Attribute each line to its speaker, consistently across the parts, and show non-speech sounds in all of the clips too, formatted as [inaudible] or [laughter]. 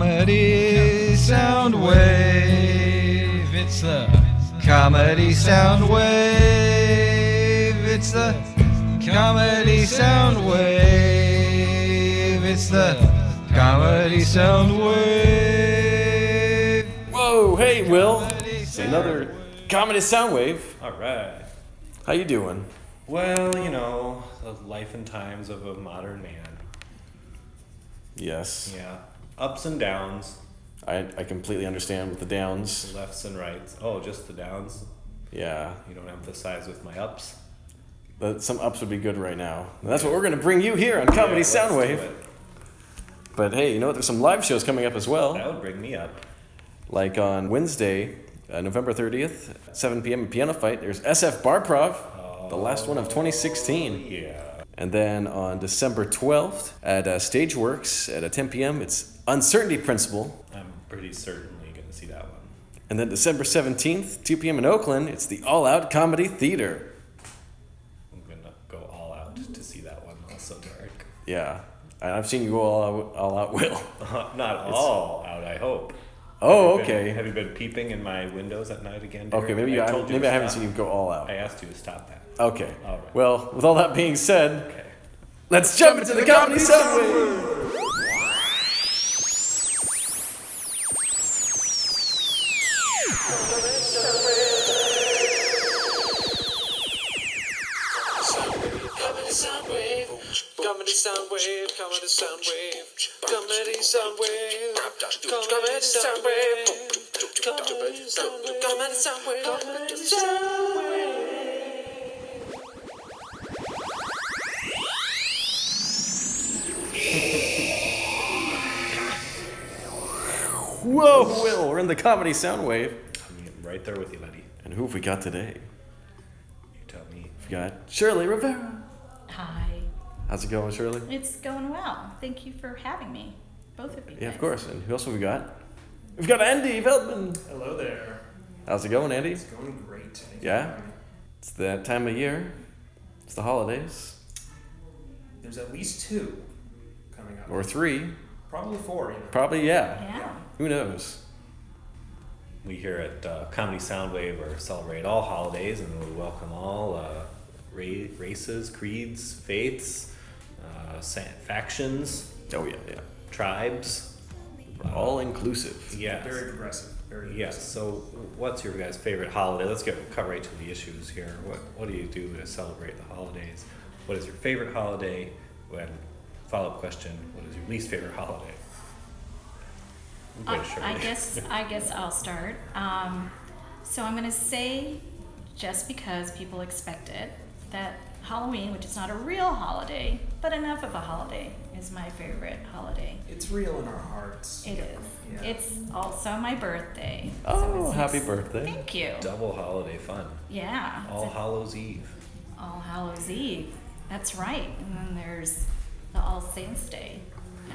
Speaker 1: comedy sound wave. It's the comedy sound wave. It's the comedy sound wave. It's the comedy sound wave.
Speaker 2: Whoa, hey Will. It's
Speaker 1: Sound
Speaker 2: another comedy soundwave.
Speaker 3: All right.
Speaker 2: How you doing?
Speaker 3: Well, you know, the life and times of a modern man.
Speaker 2: Yes.
Speaker 3: Yeah. Ups and downs,
Speaker 2: I, I completely understand with the downs.
Speaker 3: lefts and rights. Oh, just the downs.
Speaker 2: Yeah.
Speaker 3: You don't emphasize with my ups.
Speaker 2: But some ups would be good right now. And that's what we're going to bring you here on Comedy
Speaker 3: Yeah, let's do
Speaker 2: Soundwave.
Speaker 3: it.
Speaker 2: But hey, you know what? There's some live shows coming up as well.
Speaker 3: That would bring me up.
Speaker 2: Like on Wednesday, uh, November 30th, at 7 p.m. at Piano Fight, there's SF Barprov, the last one of 2016.
Speaker 3: Yeah.
Speaker 2: And then on December 12th at uh, Stageworks at uh, 10 p.m., it's Uncertainty Principle.
Speaker 3: I'm pretty certainly going to see that one.
Speaker 2: And then December 17th, 2 p.m. in Oakland, it's the All Out Comedy Theater.
Speaker 3: I'm going to go all out to see that one also, Derek.
Speaker 2: Yeah. And I've seen you go all out, all out Will.
Speaker 3: [laughs] Not all out, I hope.
Speaker 2: Oh,
Speaker 3: Have you been-
Speaker 2: okay.
Speaker 3: have you been peeping in my windows at night again? Derek?
Speaker 2: Okay, maybe, you, I,
Speaker 3: told
Speaker 2: maybe
Speaker 3: to
Speaker 2: I haven't
Speaker 3: stop.
Speaker 2: seen you go all out.
Speaker 3: I asked you to stop that.
Speaker 2: Okay.
Speaker 3: All right.
Speaker 2: Well, with all that being said,
Speaker 3: Okay.
Speaker 2: let's jump into the Comedy Subway!
Speaker 4: Comedy Soundwave, Comedy Soundwave, Comedy Soundwave, Comedy Soundwave, Comedy Soundwave, Comedy Soundwave, Comedy Soundwave, Comedy Soundwave.
Speaker 2: Whoa, Will, we're in the Comedy Soundwave.
Speaker 3: I'm right there with you, buddy.
Speaker 2: And who have we got today?
Speaker 3: You tell me.
Speaker 2: We've got Shirley Rivera.
Speaker 5: Hi.
Speaker 2: How's it going, Shirley?
Speaker 5: It's going well. Thank you for having me, both of you.
Speaker 2: Yeah, of
Speaker 5: guys.
Speaker 2: course. And who else have we got? We've got Andy Feldman.
Speaker 6: Hello there.
Speaker 2: How's it going, Andy?
Speaker 6: It's going great. Thank you
Speaker 2: Yeah?
Speaker 6: for having me.
Speaker 2: It's that time of year. It's the holidays.
Speaker 6: There's at least two coming up.
Speaker 2: Or three.
Speaker 6: Probably four, you know.
Speaker 2: Probably, yeah.
Speaker 5: Yeah.
Speaker 2: Who knows?
Speaker 3: We here at uh, Comedy Soundwave are celebrate all holidays and we welcome all uh, ra- races, creeds, faiths, uh, sa- factions,
Speaker 2: Oh, yeah, yeah.
Speaker 3: tribes.
Speaker 2: We're all inclusive.
Speaker 3: Yes.
Speaker 6: Very progressive. Very
Speaker 3: Yes. So, what's your guys' favorite holiday? Let's get cut right to the issues here. What What do you do to celebrate the holidays? What is your favorite holiday? And follow up question: What is your least favorite holiday?
Speaker 5: Uh,
Speaker 3: Okay, sure.
Speaker 5: I guess I guess I'll start. Um, so I'm gonna say, just because people expect it, that Halloween, which is not a real holiday, but enough of a holiday, is my favorite holiday.
Speaker 6: It's real in our hearts.
Speaker 5: It is.
Speaker 6: Yeah.
Speaker 5: It's also my birthday. so
Speaker 2: Oh,
Speaker 5: it's-
Speaker 2: happy birthday.
Speaker 5: Thank you.
Speaker 3: Double holiday fun.
Speaker 5: Yeah. it's
Speaker 3: All
Speaker 5: a-
Speaker 3: Hallows Eve.
Speaker 5: All Hallows Eve. That's right. And then there's the All Saints Day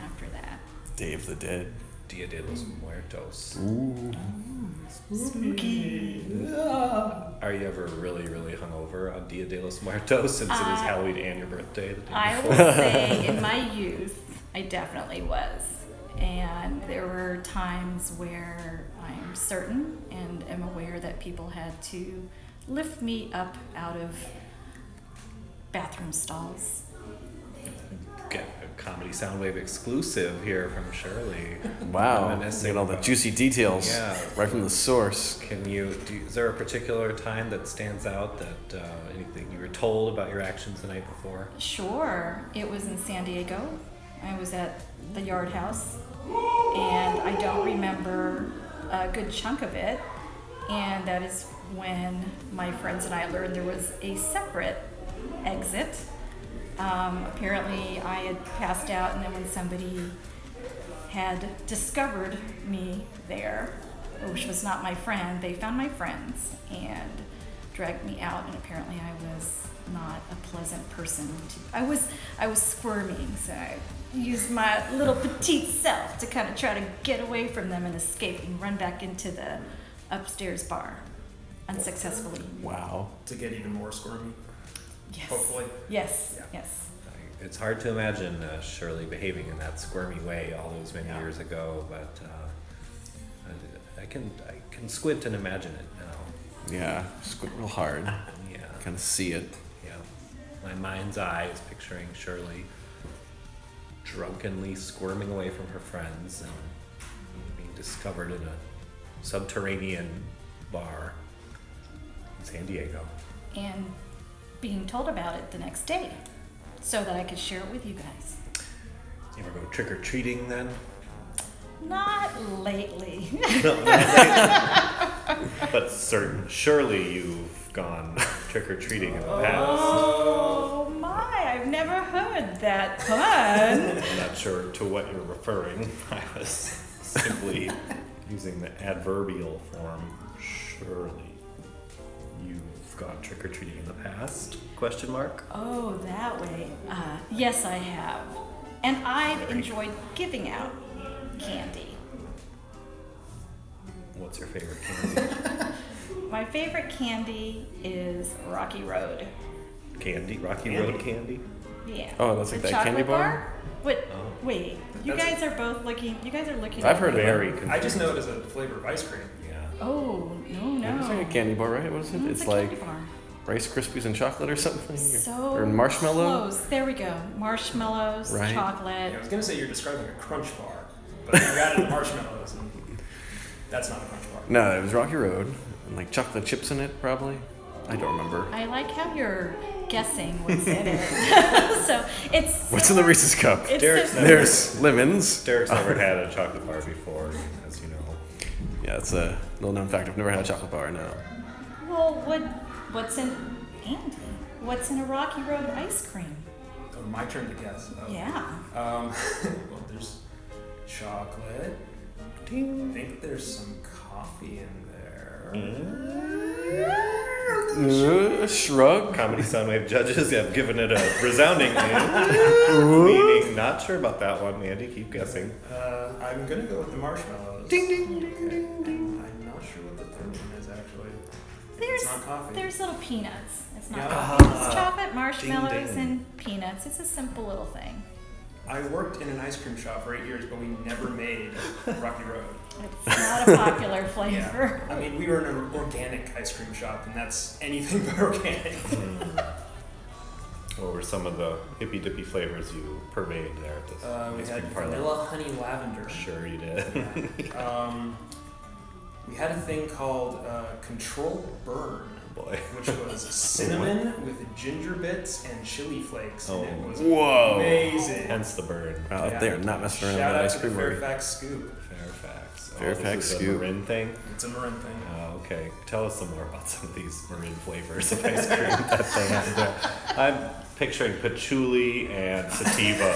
Speaker 5: after that.
Speaker 2: Day of the Dead.
Speaker 3: Dia de los Muertos.
Speaker 5: Spooky.
Speaker 3: Are you ever really, really hungover on Dia de los Muertos since it is
Speaker 5: I-
Speaker 3: Halloween and your birthday? The day
Speaker 5: I
Speaker 3: before?
Speaker 5: will say, in my youth, I definitely was. And there were times where I'm certain and am aware that people had to lift me up out of bathroom stalls.
Speaker 3: Get a comedy Soundwave exclusive here from Shirley.
Speaker 2: Wow.
Speaker 3: Reminiscing
Speaker 2: Get all the
Speaker 3: about-
Speaker 2: juicy details
Speaker 3: Yeah.
Speaker 2: right from the source.
Speaker 3: Can you? Do, is there a particular time that stands out? That uh, anything you were told about your actions the night before?
Speaker 5: Sure. It was in San Diego. I was at the Yard House, and I don't remember a good chunk of it. And that is when my friends and I learned there was a separate exit. Um, apparently, I had passed out, and then when somebody had discovered me there, which was not my friend. They found my friends and dragged me out, and apparently I was not a pleasant person. To, I was I was squirming, so I used my little petite self to kind of try to get away from them and escape and run back into the upstairs bar, unsuccessfully.
Speaker 2: Wow.
Speaker 6: To get even more squirmy,
Speaker 5: Yes.
Speaker 6: hopefully.
Speaker 5: Yes.
Speaker 6: Yeah.
Speaker 5: Yes.
Speaker 3: I- it's hard to imagine uh, Shirley behaving in that squirmy way all those many years ago, but uh, I, I can I can squint and imagine it now.
Speaker 2: Yeah, squint real hard.
Speaker 3: Yeah,
Speaker 2: Kind of see it.
Speaker 3: yeah. My mind's eye is picturing Shirley drunkenly squirming away from her friends and being discovered in a subterranean bar in San Diego.
Speaker 5: and being told about it the next day so that I could share it with you guys.
Speaker 3: You ever go trick or treating then?
Speaker 5: Not lately. [laughs]
Speaker 3: But certain, surely you've gone trick or treating in the past.
Speaker 5: oh my, I've never heard
Speaker 2: [laughs]
Speaker 5: that pun.
Speaker 3: I'm not sure to what you're referring. [laughs] I was simply using the adverbial form. Surely you've gone trick or treating in the past? Question mark.
Speaker 5: oh, that way. Uh, yes, I have. And I've enjoyed giving out candy.
Speaker 3: What's your favorite candy?
Speaker 5: My favorite candy is Rocky Road.
Speaker 3: [laughs] candy? Rocky Road candy?
Speaker 5: Yeah.
Speaker 2: Oh, that's like
Speaker 5: The
Speaker 2: that candy
Speaker 5: chocolate
Speaker 2: bar? Oh.
Speaker 5: Wait, wait. You
Speaker 6: That's-
Speaker 5: guys are both looking. You guys are looking.
Speaker 2: I've
Speaker 5: at
Speaker 2: heard
Speaker 5: me.
Speaker 2: of
Speaker 3: Very
Speaker 2: it.
Speaker 3: confusing.
Speaker 6: I just know it as a flavor of ice cream.
Speaker 3: Yeah.
Speaker 5: Oh no no.
Speaker 2: It's like a candy bar, right? What is it?
Speaker 5: No,
Speaker 2: it's
Speaker 5: a
Speaker 2: like
Speaker 5: candy bar.
Speaker 2: Rice Krispies and chocolate or something? or-
Speaker 5: so
Speaker 2: or marshmallow?
Speaker 5: Close. There we go. Marshmallows,
Speaker 2: Right.
Speaker 5: chocolate.
Speaker 6: Yeah, I was gonna say you're describing a crunch bar, but you added marshmallows, and that's not a crunch bar.
Speaker 2: No, it was Rocky Road. And like chocolate chips in it, probably. I don't remember.
Speaker 5: I like how you're guessing what's in it.
Speaker 6: [laughs]
Speaker 5: [laughs] so it's
Speaker 2: What's in the Reese's Cup?
Speaker 5: It's
Speaker 3: Derek's
Speaker 5: so-
Speaker 3: never-
Speaker 2: There's lemons.
Speaker 3: [laughs] Derek's never had a chocolate bar before, as you know.
Speaker 2: Yeah, it's a little known fact. I've never had a chocolate bar, no.
Speaker 5: well, what what's in Andy? What's in a Rocky Road ice cream?
Speaker 6: Oh, my turn to guess. Oh.
Speaker 5: Yeah.
Speaker 6: Um, [laughs] well, there's chocolate. I think there's some coffee in there.
Speaker 2: Uh, shrug.
Speaker 3: Comedy Soundwave judges have given it a resounding
Speaker 2: [laughs]
Speaker 3: meaning. Not sure about that one, Andy. Keep guessing.
Speaker 6: Uh, I'm gonna go with the marshmallows. Ding ding ding ding ding. I'm not sure what the third one is actually.
Speaker 5: There's
Speaker 6: not coffee.
Speaker 5: there's little peanuts. It's not
Speaker 6: Yeah. Ah,
Speaker 5: coffee. It's chocolate,
Speaker 3: ding.
Speaker 5: marshmallows, and peanuts. It's a simple little thing.
Speaker 6: I worked in an ice cream shop for eight years, but we never [laughs] made Rocky Road.
Speaker 5: It's
Speaker 6: [laughs]
Speaker 5: not a popular flavor.
Speaker 6: I mean, we were in an organic ice cream shop, and that's anything but organic. [laughs]
Speaker 3: What were some of the hippy dippy flavors you purveyed there at this
Speaker 6: Uh, we
Speaker 3: ice
Speaker 6: had
Speaker 3: cream parlor?
Speaker 6: vanilla honey lavender.
Speaker 3: Sure, you did. [laughs]
Speaker 6: Um, we had a thing called uh, Control Burn,
Speaker 3: Oh, Boy.
Speaker 6: which was
Speaker 3: [laughs]
Speaker 6: cinnamon with ginger bits and chili flakes, and
Speaker 3: Oh.
Speaker 6: it was
Speaker 2: Whoa.
Speaker 6: amazing.
Speaker 3: Hence the burn.
Speaker 2: Wow,
Speaker 6: Yeah.
Speaker 2: they are not messing around with
Speaker 6: Shout
Speaker 2: that
Speaker 6: out
Speaker 2: ice
Speaker 6: to the
Speaker 2: cream already.
Speaker 6: Fairfax Scoop.
Speaker 3: Fairfax. Oh,
Speaker 2: Fairfax
Speaker 3: this is a
Speaker 2: scoop.
Speaker 3: marin thing.
Speaker 6: It's a marin thing.
Speaker 3: Oh, okay. Tell us some more about some of these marin flavors of ice cream [laughs] that they have there. I'm picturing patchouli and
Speaker 6: [laughs]
Speaker 3: sativa.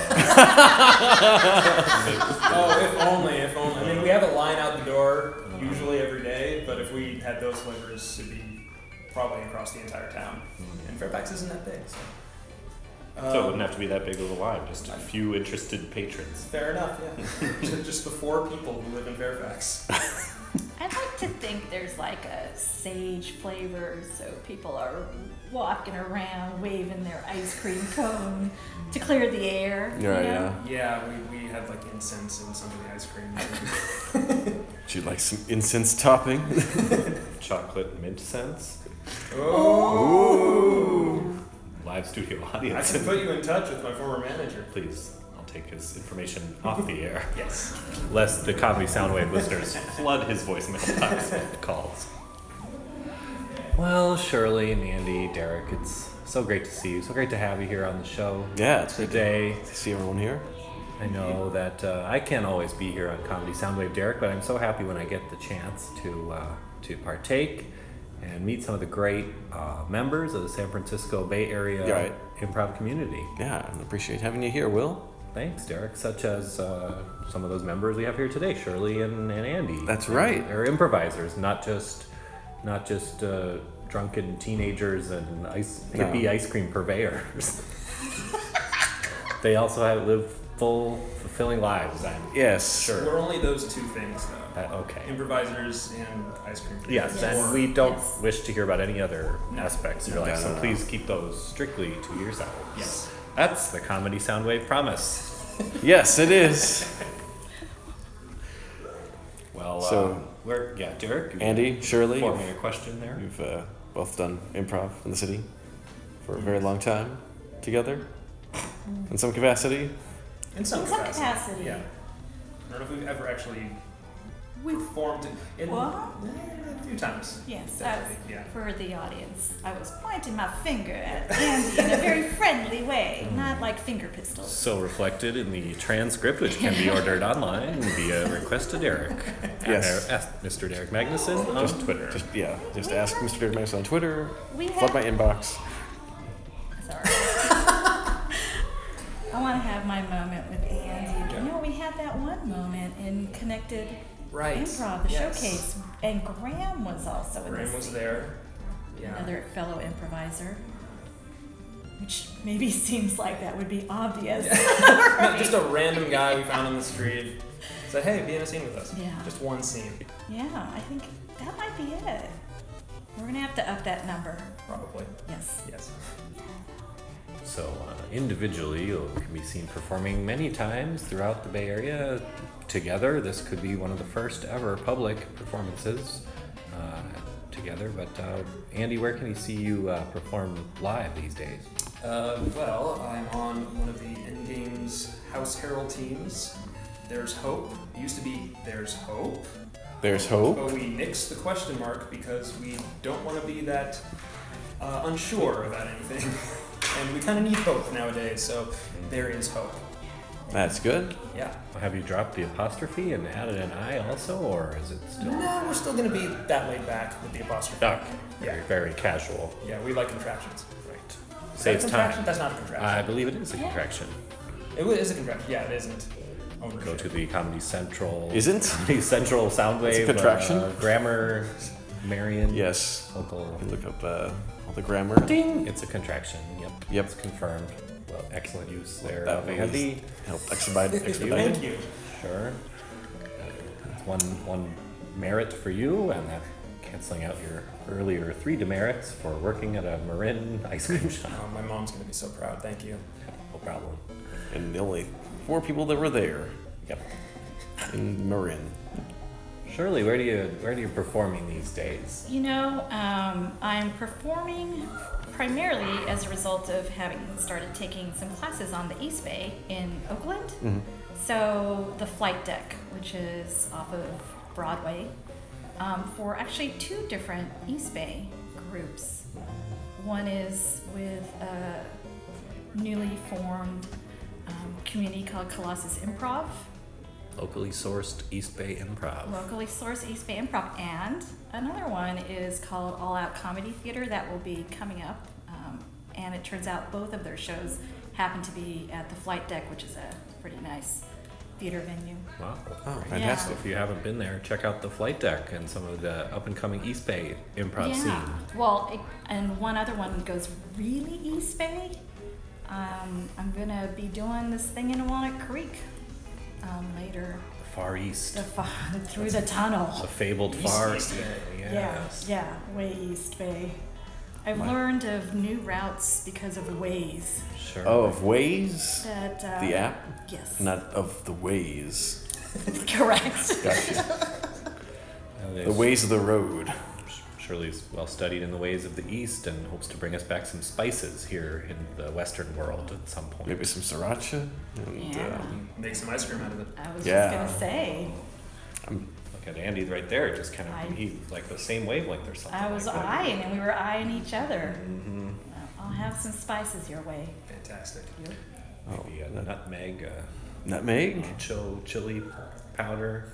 Speaker 6: Oh, if only, if only. I mean, we have a line out the door
Speaker 3: Mm-hmm.
Speaker 6: usually every day, but if we had those flavors, it'd be probably across the entire town.
Speaker 3: Mm-hmm.
Speaker 6: And Fairfax isn't that big, so.
Speaker 3: so it
Speaker 6: Um,
Speaker 3: wouldn't have to be that big of a line. Just a few interested patrons.
Speaker 6: Uh, Fair enough,
Speaker 3: [laughs]
Speaker 6: yeah. Ju- Just the four people who live in Fairfax.
Speaker 5: I like to think there's like a sage flavor, so people are walking around waving their ice cream cone to clear the air. you
Speaker 2: Yeah,
Speaker 5: know?
Speaker 2: yeah.
Speaker 6: Yeah, we, we had like incense and some of the ice [laughs] cream.
Speaker 2: Would you like some incense topping? [laughs]
Speaker 3: Chocolate mint scents.
Speaker 6: oh!
Speaker 3: Live studio [laughs]
Speaker 6: I
Speaker 3: audience.
Speaker 6: should put you in touch with my former manager.
Speaker 3: Please, I'll take his information off the air. [laughs]
Speaker 6: Yes.
Speaker 3: lest the comedy soundwave listeners flood his voicemail box with calls. Well, Shirley and Andy, Derek, it's so great to see you. So great to have you here on the show
Speaker 2: yeah, it's good
Speaker 3: today.
Speaker 2: to see everyone here.
Speaker 3: I know that uh, I can't always be here on Comedy Soundwave, Derek, but I'm so happy when I get the chance to uh, to partake and meet some of the great uh, members of the San Francisco Bay Area
Speaker 2: Yeah, right.
Speaker 3: improv community.
Speaker 2: Yeah, I appreciate having you here, Will.
Speaker 3: Thanks, Derek. Such as uh, some of those members we have here today, Shirley and, and Andy.
Speaker 2: That's right.
Speaker 3: They're improvisers, not just not just uh, drunken teenagers and ice,
Speaker 2: No.
Speaker 3: hippie ice cream purveyors. [laughs] they also have live full, fulfilling lives. I'm
Speaker 2: Yes.
Speaker 3: Sure.
Speaker 6: We're only those two things, though
Speaker 3: uh, okay.
Speaker 6: improvisers and ice cream.
Speaker 3: Yes, and
Speaker 5: Yes.
Speaker 3: we don't
Speaker 5: Yes.
Speaker 3: wish to hear about any other
Speaker 6: No.
Speaker 3: aspects of your life,
Speaker 2: no,
Speaker 3: so
Speaker 2: no.
Speaker 3: please keep those strictly to yourselves.
Speaker 6: Yes.
Speaker 3: That's the comedy Soundwave promise.
Speaker 2: Yes, it is.
Speaker 3: Well,
Speaker 2: So-
Speaker 3: uh, we're yeah, Derek. you
Speaker 2: Andy, Shirley,
Speaker 3: forming a question there.
Speaker 2: we've uh, both done improv in the city for a very long time together in some capacity.
Speaker 6: In some,
Speaker 5: In some
Speaker 6: capacity.
Speaker 5: capacity.
Speaker 6: Yeah. I don't know if we've ever actually
Speaker 5: We've
Speaker 6: performed in, in
Speaker 5: What?
Speaker 6: a few times.
Speaker 5: Yes, I was,
Speaker 6: Definitely, yeah.
Speaker 5: for the audience, I was pointing my finger at Andy in a very friendly way, not like finger pistols.
Speaker 3: So reflected in the transcript, which can be ordered online via request to Derek.
Speaker 2: Yes.
Speaker 3: At- at Mr. Derek Magnuson on Twitter.
Speaker 2: Just yeah, just ask Mr. Dirty Max on Twitter.
Speaker 5: We
Speaker 2: Flood
Speaker 5: have-
Speaker 2: my inbox.
Speaker 5: Sorry. I want to have my moment with Andy. You know, we had that one moment in Connected
Speaker 6: Right,
Speaker 5: Improv, the
Speaker 6: yes.
Speaker 5: showcase, and Graham was also in
Speaker 6: Graham
Speaker 5: this.
Speaker 6: was there. Yeah. [laughs]
Speaker 5: another fellow improviser, which maybe [laughs] seems like that would be obvious.
Speaker 6: No, just a random guy we found on the street. Said, hey, be in a scene with us.
Speaker 5: Yeah.
Speaker 6: Just one scene,
Speaker 5: yeah, I think that might be it. We're gonna have to up that number.
Speaker 6: probably.
Speaker 5: Yes.
Speaker 6: Yes.
Speaker 3: So uh, individually, you can be seen performing many times throughout the Bay Area. Together, this could be one of the first ever public performances uh, together. But uh, Andy, where can we see you uh, perform live these days?
Speaker 6: Uh, well, I'm on one of the Endgame's House Herald teams. There's Hope. It used to be There's Hope,
Speaker 2: There's hope.
Speaker 6: but we nixed the question mark because we don't want to be that uh, unsure about anything. [laughs] and we kind of need hope nowadays, so there is hope.
Speaker 2: That's good.
Speaker 6: Yeah.
Speaker 3: Have you dropped the apostrophe and added an I also, or is it still
Speaker 6: No, we're still going to be that laid back with the apostrophe.
Speaker 3: duck? Very,
Speaker 6: Yeah.
Speaker 3: very casual.
Speaker 6: Yeah, we like contractions.
Speaker 3: Right.
Speaker 6: Is that a
Speaker 3: Saves
Speaker 6: contraction?
Speaker 3: time.
Speaker 6: That's not a contraction.
Speaker 3: I believe it is a contraction.
Speaker 6: It wa- is a contraction. Yeah, it isn't. Ownership.
Speaker 3: Go to the Comedy Central.
Speaker 2: Isn't?
Speaker 3: [laughs] Comedy Central Soundwave
Speaker 2: It's a contraction.
Speaker 3: uh, grammar Marion
Speaker 2: Yes.
Speaker 3: local
Speaker 2: You Look up uh, all the grammar.
Speaker 3: ding. It's a contraction. Yep.
Speaker 2: Yep.
Speaker 3: It's confirmed. Well, excellent use there.
Speaker 2: That
Speaker 3: of
Speaker 2: would
Speaker 3: Andy.
Speaker 2: help expedite expedite.
Speaker 6: Thank you.
Speaker 3: Sure. That's one one merit for you, and that canceling out your earlier three demerits for working at a Marin [laughs] ice cream shop.
Speaker 6: Oh, my mom's going to be so proud. Thank you.
Speaker 3: No problem.
Speaker 2: and the only four people that were there
Speaker 3: Yep.
Speaker 2: in Marin.
Speaker 3: Shirley, where do you where do you performing these days?
Speaker 5: You know, um, I'm performing primarily as a result of having started taking some classes on the East Bay in Oakland. So, the flight deck, which is off of Broadway, um, for actually two different East Bay groups. One is with a newly formed um, community called Colossus Improv,
Speaker 3: Locally sourced East Bay Improv.
Speaker 5: locally sourced East Bay Improv, and another one is called All Out Comedy Theater that will be coming up. Um, and it turns out both of their shows happen to be at the Flight Deck, which is a pretty nice theater venue.
Speaker 3: Wow.
Speaker 2: Oh, fantastic.
Speaker 3: If you haven't been there, check out the flight deck and some of the up and coming East Bay improv scene.
Speaker 5: Well, it, and one other one goes really East Bay. Um, I'm gonna be doing this thing in Walnut Creek um, later,
Speaker 3: The Far East.
Speaker 5: the far, [laughs] through the tunnel.
Speaker 3: The fabled
Speaker 6: East
Speaker 3: Far
Speaker 6: East Bay.
Speaker 3: Yes.
Speaker 5: Yeah, yeah, way East Bay. I've learned of new routes because of Waze.
Speaker 3: Sure.
Speaker 2: Oh, of Waze,
Speaker 5: That uh,
Speaker 2: the app,
Speaker 5: Yes.
Speaker 2: not of the ways.
Speaker 5: [laughs] correct. [laughs]
Speaker 2: Gotcha.
Speaker 3: Uh,
Speaker 2: the ways of the road.
Speaker 3: Shirley's well studied in the ways of the East and hopes to bring us back some spices here in the Western world at some point.
Speaker 2: Maybe some sriracha. And,
Speaker 5: Yeah.
Speaker 2: um,
Speaker 6: Make some ice cream out of it.
Speaker 5: I was
Speaker 2: Yeah.
Speaker 5: just gonna say.
Speaker 3: Look at Andy right there, just kind of
Speaker 5: I-
Speaker 3: he, like the same wavelength or something.
Speaker 2: [laughs]
Speaker 5: I was
Speaker 3: like that.
Speaker 5: eyeing, and we were eyeing each other.
Speaker 2: Mm-hmm.
Speaker 5: I'll I'll have some spices your way.
Speaker 6: Fantastic.
Speaker 2: oh,
Speaker 3: Maybe a nutmeg, uh,
Speaker 2: nutmeg.
Speaker 3: chill chili powder.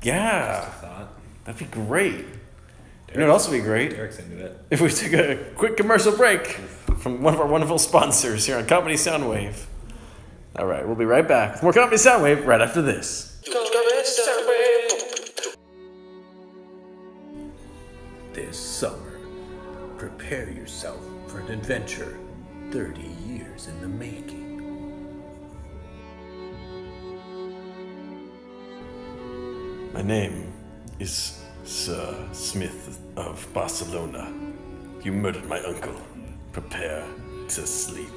Speaker 3: Just a
Speaker 2: Yeah,
Speaker 3: thought.
Speaker 2: that'd be great. You know what else would be great?
Speaker 3: Derek's into it.
Speaker 2: If we took a quick commercial break from one of our wonderful sponsors here on Comedy Soundwave. All right, we'll be right back with more Comedy Soundwave right after this.
Speaker 4: Comedy Soundwave.
Speaker 7: This summer, prepare yourself for an adventure 30 years in the making.
Speaker 2: My name is Sir Smith of Barcelona. You murdered my uncle. Prepare to sleep.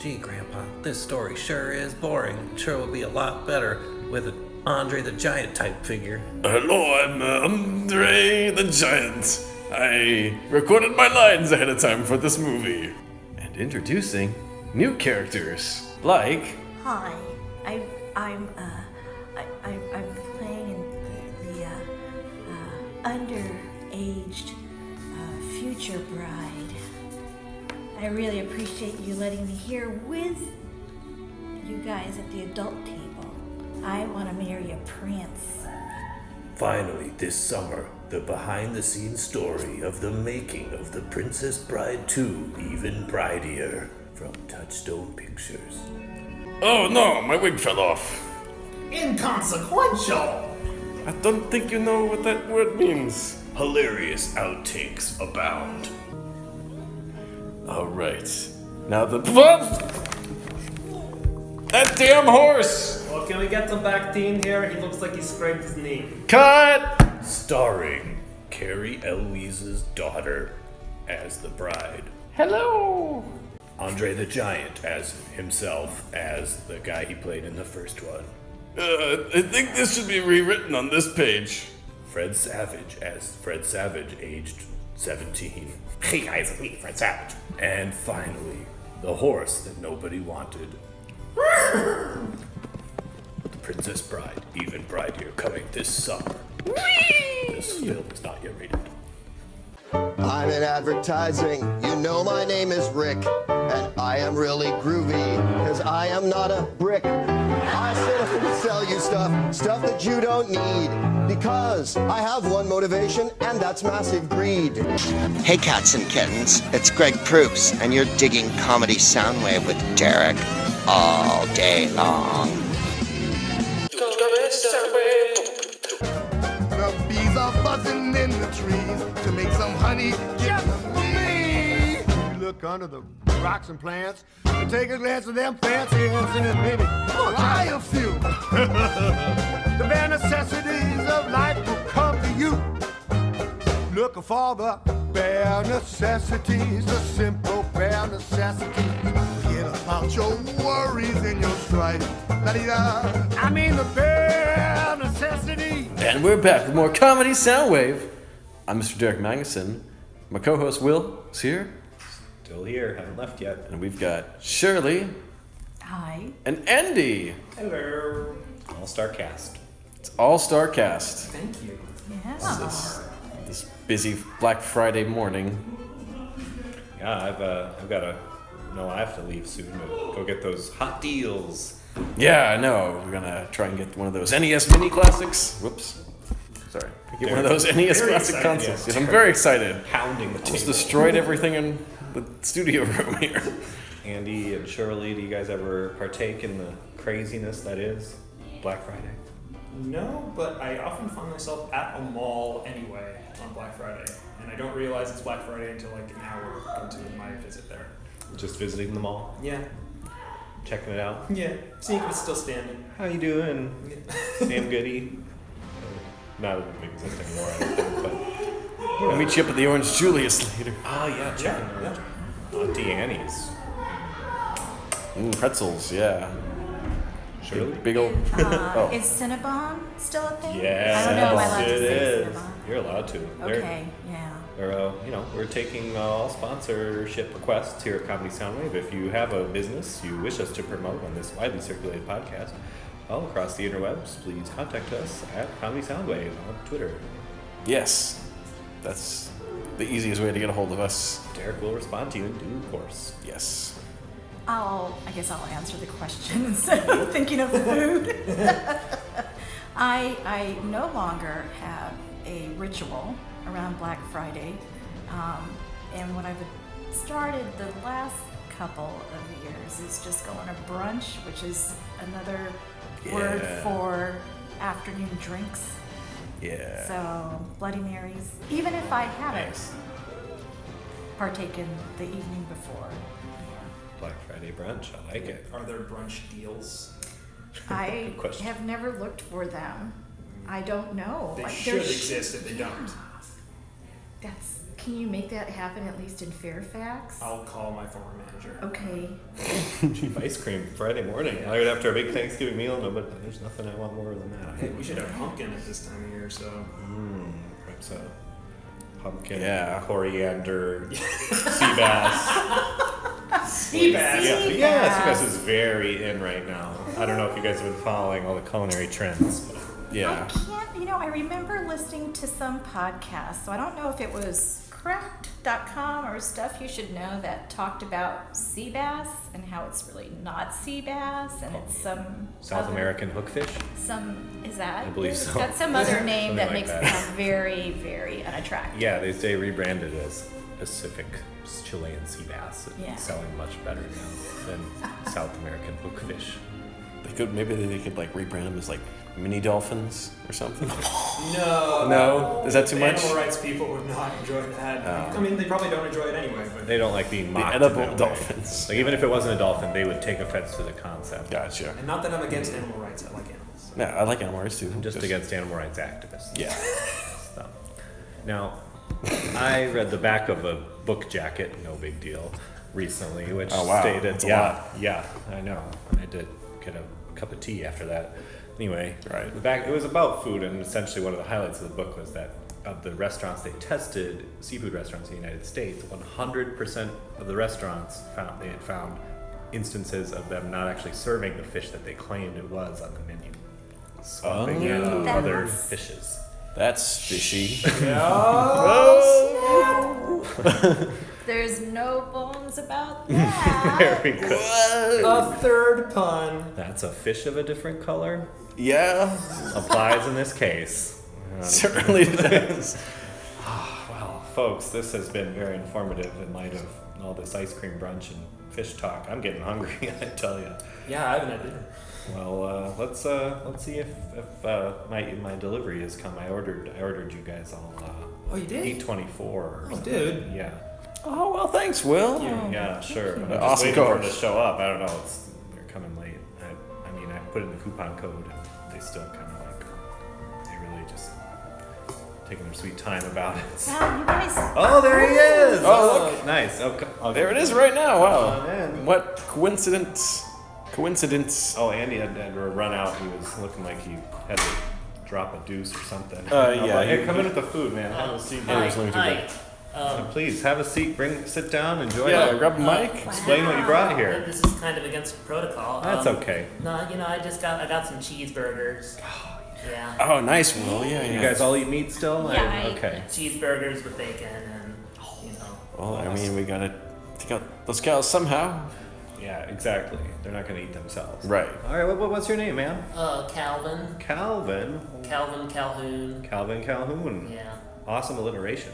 Speaker 7: Gee, Grandpa, this story sure is boring. Sure would be a lot better with an Andre the Giant type figure.
Speaker 2: Hello, I'm uh, Andre the Giant. I recorded my lines ahead of time for this movie. And introducing new characters like
Speaker 8: Hi, I, I'm, uh, I, I, I'm playing in the, the uh, uh, underaged uh, future bride. I really appreciate you letting me here with you guys at the adult table. I want to marry a prince.
Speaker 7: Finally, this summer, the behind the scenes story of the making of The Princess Bride 2 Even Bridier from Touchstone Pictures.
Speaker 2: Oh no, my wig fell off.
Speaker 9: Inconsequential!
Speaker 2: I don't think you know what that word means.
Speaker 7: Hilarious outtakes abound.
Speaker 2: All right. Now the That damn horse.
Speaker 6: Well, can we get the back team here? He looks like he scraped his knee.
Speaker 2: Cut.
Speaker 7: Starring Carrie Eloise's daughter as the bride.
Speaker 2: Hello.
Speaker 7: Andre the Giant as himself, as the guy he played in the first one.
Speaker 2: Uh, I think this should be rewritten on this page.
Speaker 7: Fred Savage as Fred Savage, aged 17.
Speaker 9: Hey guys, it's me, Fred Savage.
Speaker 7: And finally, the horse that nobody wanted. the Princess Bride, even Brideyear, coming this summer. This film is not yet rated.
Speaker 10: I'm in advertising. You know my name is Rick, and I am really groovy, because I am not a brick. I sit up and sell you stuff, stuff that you don't need, because I have one motivation, and that's massive greed. Hey, cats and kittens, it's Greg Proops, and you're digging Comedy Soundwave with Derek all day long.
Speaker 9: The bees are buzzing in the trees to make some honey just for me. You look under the rocks and plants and take a glance at them fancy ants and then baby, look, I am few. [laughs] the bare necessities of life will come to you. Looking for the bare necessities, the simple bare necessities. Forget about your worries and your strife. La-di-da. I mean the bare necessities.
Speaker 2: And we're back with more comedy Soundwave. I'm Mr. Derek Magnuson. My co-host Will is here,
Speaker 3: Still here, haven't left yet.
Speaker 2: and we've got Shirley
Speaker 5: Hi.
Speaker 2: and Andy.
Speaker 6: Hello.
Speaker 3: All star cast.
Speaker 2: It's all-star cast.
Speaker 6: Thank you.
Speaker 5: Yeah.
Speaker 8: Uh,
Speaker 2: This, this busy Black Friday morning.
Speaker 3: Yeah, I've uh, I've got a. No, I have to leave soon. But go get those hot deals.
Speaker 2: Yeah, I know. We're gonna try and get one of those NES mini classics. Whoops. Sorry. Get one of those NES
Speaker 3: Very
Speaker 2: classic
Speaker 3: excited,
Speaker 2: consoles.
Speaker 3: yeah.
Speaker 2: Yes, I'm very excited.
Speaker 3: Pounding the
Speaker 2: Just
Speaker 3: table.
Speaker 2: destroyed everything in the studio [laughs] room here.
Speaker 3: Andy and Shirley, do you guys ever partake in the craziness that is Black Friday?
Speaker 6: No, but I often find myself at a mall anyway on Black Friday, and I don't realize it's Black Friday until like an hour into my visit there.
Speaker 3: Just visiting the mall,
Speaker 6: Yeah.
Speaker 3: checking it out. [laughs]
Speaker 6: Yeah. See if it's still standing.
Speaker 3: How you doing? Sam Goody. Not that it exists anymore, I don't think, [laughs] but
Speaker 2: I'll meet you up at the Orange Julius later.
Speaker 3: oh yeah, checking
Speaker 6: Yeah,
Speaker 3: out Uh, Auntie Annie's.
Speaker 2: Mm, pretzels, yeah.
Speaker 3: Shirley.
Speaker 2: Big, big old.
Speaker 5: Uh,
Speaker 2: [laughs] oh.
Speaker 5: Is Cinnabon still a thing?
Speaker 3: Yeah,
Speaker 5: I don't know. Am I allowed
Speaker 3: it
Speaker 5: to say
Speaker 3: is.
Speaker 5: Cinnabon?
Speaker 3: You're allowed to. They're-
Speaker 5: Okay. Yeah.
Speaker 3: Or, uh, you know, we're taking all sponsorship requests here at Comedy Soundwave. If you have a business you wish us to promote on this widely circulated podcast all across the interwebs, please contact us at Comedy Soundwave on Twitter.
Speaker 2: Yes. That's the easiest way to get a hold of us.
Speaker 3: Derek will respond to you in due course.
Speaker 2: Yes.
Speaker 5: I'll, I guess I'll answer the question [laughs] instead of thinking of food. [laughs] I, I no longer have a ritual around Black Friday. Um, and what I've started the last couple of years is just going to brunch, which is another word
Speaker 2: Yeah.
Speaker 5: for afternoon drinks.
Speaker 2: Yeah.
Speaker 5: So, Bloody Marys, even if I haven't
Speaker 2: Nice.
Speaker 5: partaken the evening before.
Speaker 3: Black Friday brunch, I like it.
Speaker 6: Are there brunch deals?
Speaker 5: I
Speaker 3: Good question.
Speaker 5: have never looked for them. I don't know.
Speaker 6: They
Speaker 5: Like,
Speaker 6: should
Speaker 5: there's-
Speaker 6: [laughs] exist if they don't.
Speaker 5: That's Can you make that happen at least in Fairfax?
Speaker 6: I'll call my former manager.
Speaker 5: Okay.
Speaker 3: Cheap ice cream Friday morning. Right after a big Thanksgiving meal, no, but there's nothing I want more than that.
Speaker 6: Hey, we should have pumpkin at this time of year, so.
Speaker 3: Mm, perhaps a pumpkin,
Speaker 2: [laughs]
Speaker 3: coriander, sea bass.
Speaker 6: Sea bass.
Speaker 3: Yeah,
Speaker 6: Sea
Speaker 3: yeah, sea
Speaker 6: bass.
Speaker 3: bass is very in right now. I don't know if you guys have been following all the culinary trends, but yeah.
Speaker 5: Can't, you know, I remember listening to some podcast, so I don't know if it was cracked.com or stuff you should know that talked about sea bass and how it's really not sea bass and it's some
Speaker 3: Oh, South
Speaker 5: other-
Speaker 3: American hookfish.
Speaker 5: Some is that?
Speaker 3: I believe
Speaker 5: It's
Speaker 3: so.
Speaker 5: got some other
Speaker 3: [laughs] Something
Speaker 5: name that
Speaker 3: like
Speaker 5: makes it
Speaker 3: that.
Speaker 5: sound very, very unattractive.
Speaker 3: Yeah, they they rebranded as Pacific Chilean sea bass. It's
Speaker 5: Yeah.
Speaker 3: selling much better now than South American hookfish.
Speaker 2: They could maybe they could like rebrand them as like mini dolphins or something.
Speaker 6: No.
Speaker 2: No? Is that too
Speaker 6: The
Speaker 2: much?
Speaker 6: Animal rights people would not enjoy that.
Speaker 3: Oh.
Speaker 6: I mean, they probably don't enjoy it anyway, but.
Speaker 3: They don't like being
Speaker 2: The
Speaker 3: mocked.
Speaker 2: edible
Speaker 3: in that way.
Speaker 2: dolphins.
Speaker 3: Like even if it wasn't a dolphin, they would take offense to the
Speaker 2: [laughs]
Speaker 3: concept.
Speaker 2: Gotcha.
Speaker 6: And not that I'm against animal rights, I like animals.
Speaker 2: Yeah, I like animal rights too.
Speaker 3: Just against animal rights activists.
Speaker 2: Yeah. [laughs]
Speaker 3: So, now, I read the back of a book jacket, no big deal, recently, which
Speaker 2: Oh, wow.
Speaker 3: stated,
Speaker 2: That's a
Speaker 3: yeah,
Speaker 2: lot.
Speaker 3: yeah, I know. I had to get a cup of tea after that. Anyway, right. The back it was about food, and essentially one of the highlights of the book was that of the restaurants they tested, seafood restaurants in the United States, 100% of the restaurants found they had found instances of them not actually serving the fish that they claimed it was on the menu, swapping in
Speaker 2: Oh.
Speaker 3: other
Speaker 2: That's-
Speaker 3: fishes.
Speaker 2: That's fishy.
Speaker 5: Oh, snap. There's no
Speaker 3: [laughs]
Speaker 5: bones about that.
Speaker 3: Very good.
Speaker 6: A third pun.
Speaker 3: That's a fish of a different color.
Speaker 2: [laughs] Yeah. [laughs]
Speaker 3: Applies in this case.
Speaker 2: Certainly does.
Speaker 3: well, folks, this has been very informative in light of all this ice cream brunch and fish talk. I'm getting hungry, [laughs] I tell you.
Speaker 6: Yeah, I haven't had dinner.
Speaker 3: Well, uh, let's uh, let's see if, if uh, my my delivery has come. I ordered I ordered you guys all. Uh,
Speaker 6: Oh, you did?
Speaker 3: Eight twenty four.
Speaker 6: Oh, dude.
Speaker 3: Yeah.
Speaker 2: Oh well, thanks, Will.
Speaker 5: Oh,
Speaker 3: Yeah, sure. I'm just
Speaker 2: Awesome
Speaker 3: waiting for them
Speaker 2: coach.
Speaker 3: to show up. I don't know. It's, they're coming late. I, I mean, I put in the coupon code, and they still kind of like they really just taking their sweet time about it. [laughs]
Speaker 5: Wow, you guys.
Speaker 3: Oh, there he is!
Speaker 2: Oh, look.
Speaker 3: nice. Oh, co- oh,
Speaker 2: There it is right now.
Speaker 3: Come on
Speaker 2: Wow.
Speaker 3: in.
Speaker 2: What coincidence? Coincidence.
Speaker 3: Oh, Andy had, had to run out. He was looking like he had to drop a deuce or something.
Speaker 2: Uh,
Speaker 3: [laughs] I'm
Speaker 2: yeah,
Speaker 3: like,
Speaker 2: he-
Speaker 3: hey, come in with the food, man. Have a seat.
Speaker 2: Hi, hi.
Speaker 3: Uh, Please have a seat. Bring, sit down. Enjoy.
Speaker 2: Yeah,
Speaker 3: it.
Speaker 2: grab a mic.
Speaker 3: Explain what you brought here.
Speaker 11: This is kind of against protocol.
Speaker 3: That's
Speaker 11: Um,
Speaker 3: okay.
Speaker 11: No, you know, I just got I got some cheeseburgers. Yeah.
Speaker 2: Oh, nice, Will. Yeah, yeah.
Speaker 3: You guys all eat meat still?
Speaker 5: Yeah,
Speaker 3: And-
Speaker 5: I eat
Speaker 3: okay.
Speaker 11: Cheeseburgers with bacon and you know.
Speaker 2: Well, I mean, we gotta take out those cows somehow.
Speaker 3: Yeah, exactly. They're not going to eat themselves.
Speaker 2: Right.
Speaker 3: All right. What, what- what's your name, man?
Speaker 11: Uh, Calvin.
Speaker 3: Calvin.
Speaker 11: Calvin Calhoun.
Speaker 3: Calvin Calhoun.
Speaker 11: Yeah.
Speaker 3: Awesome alliteration.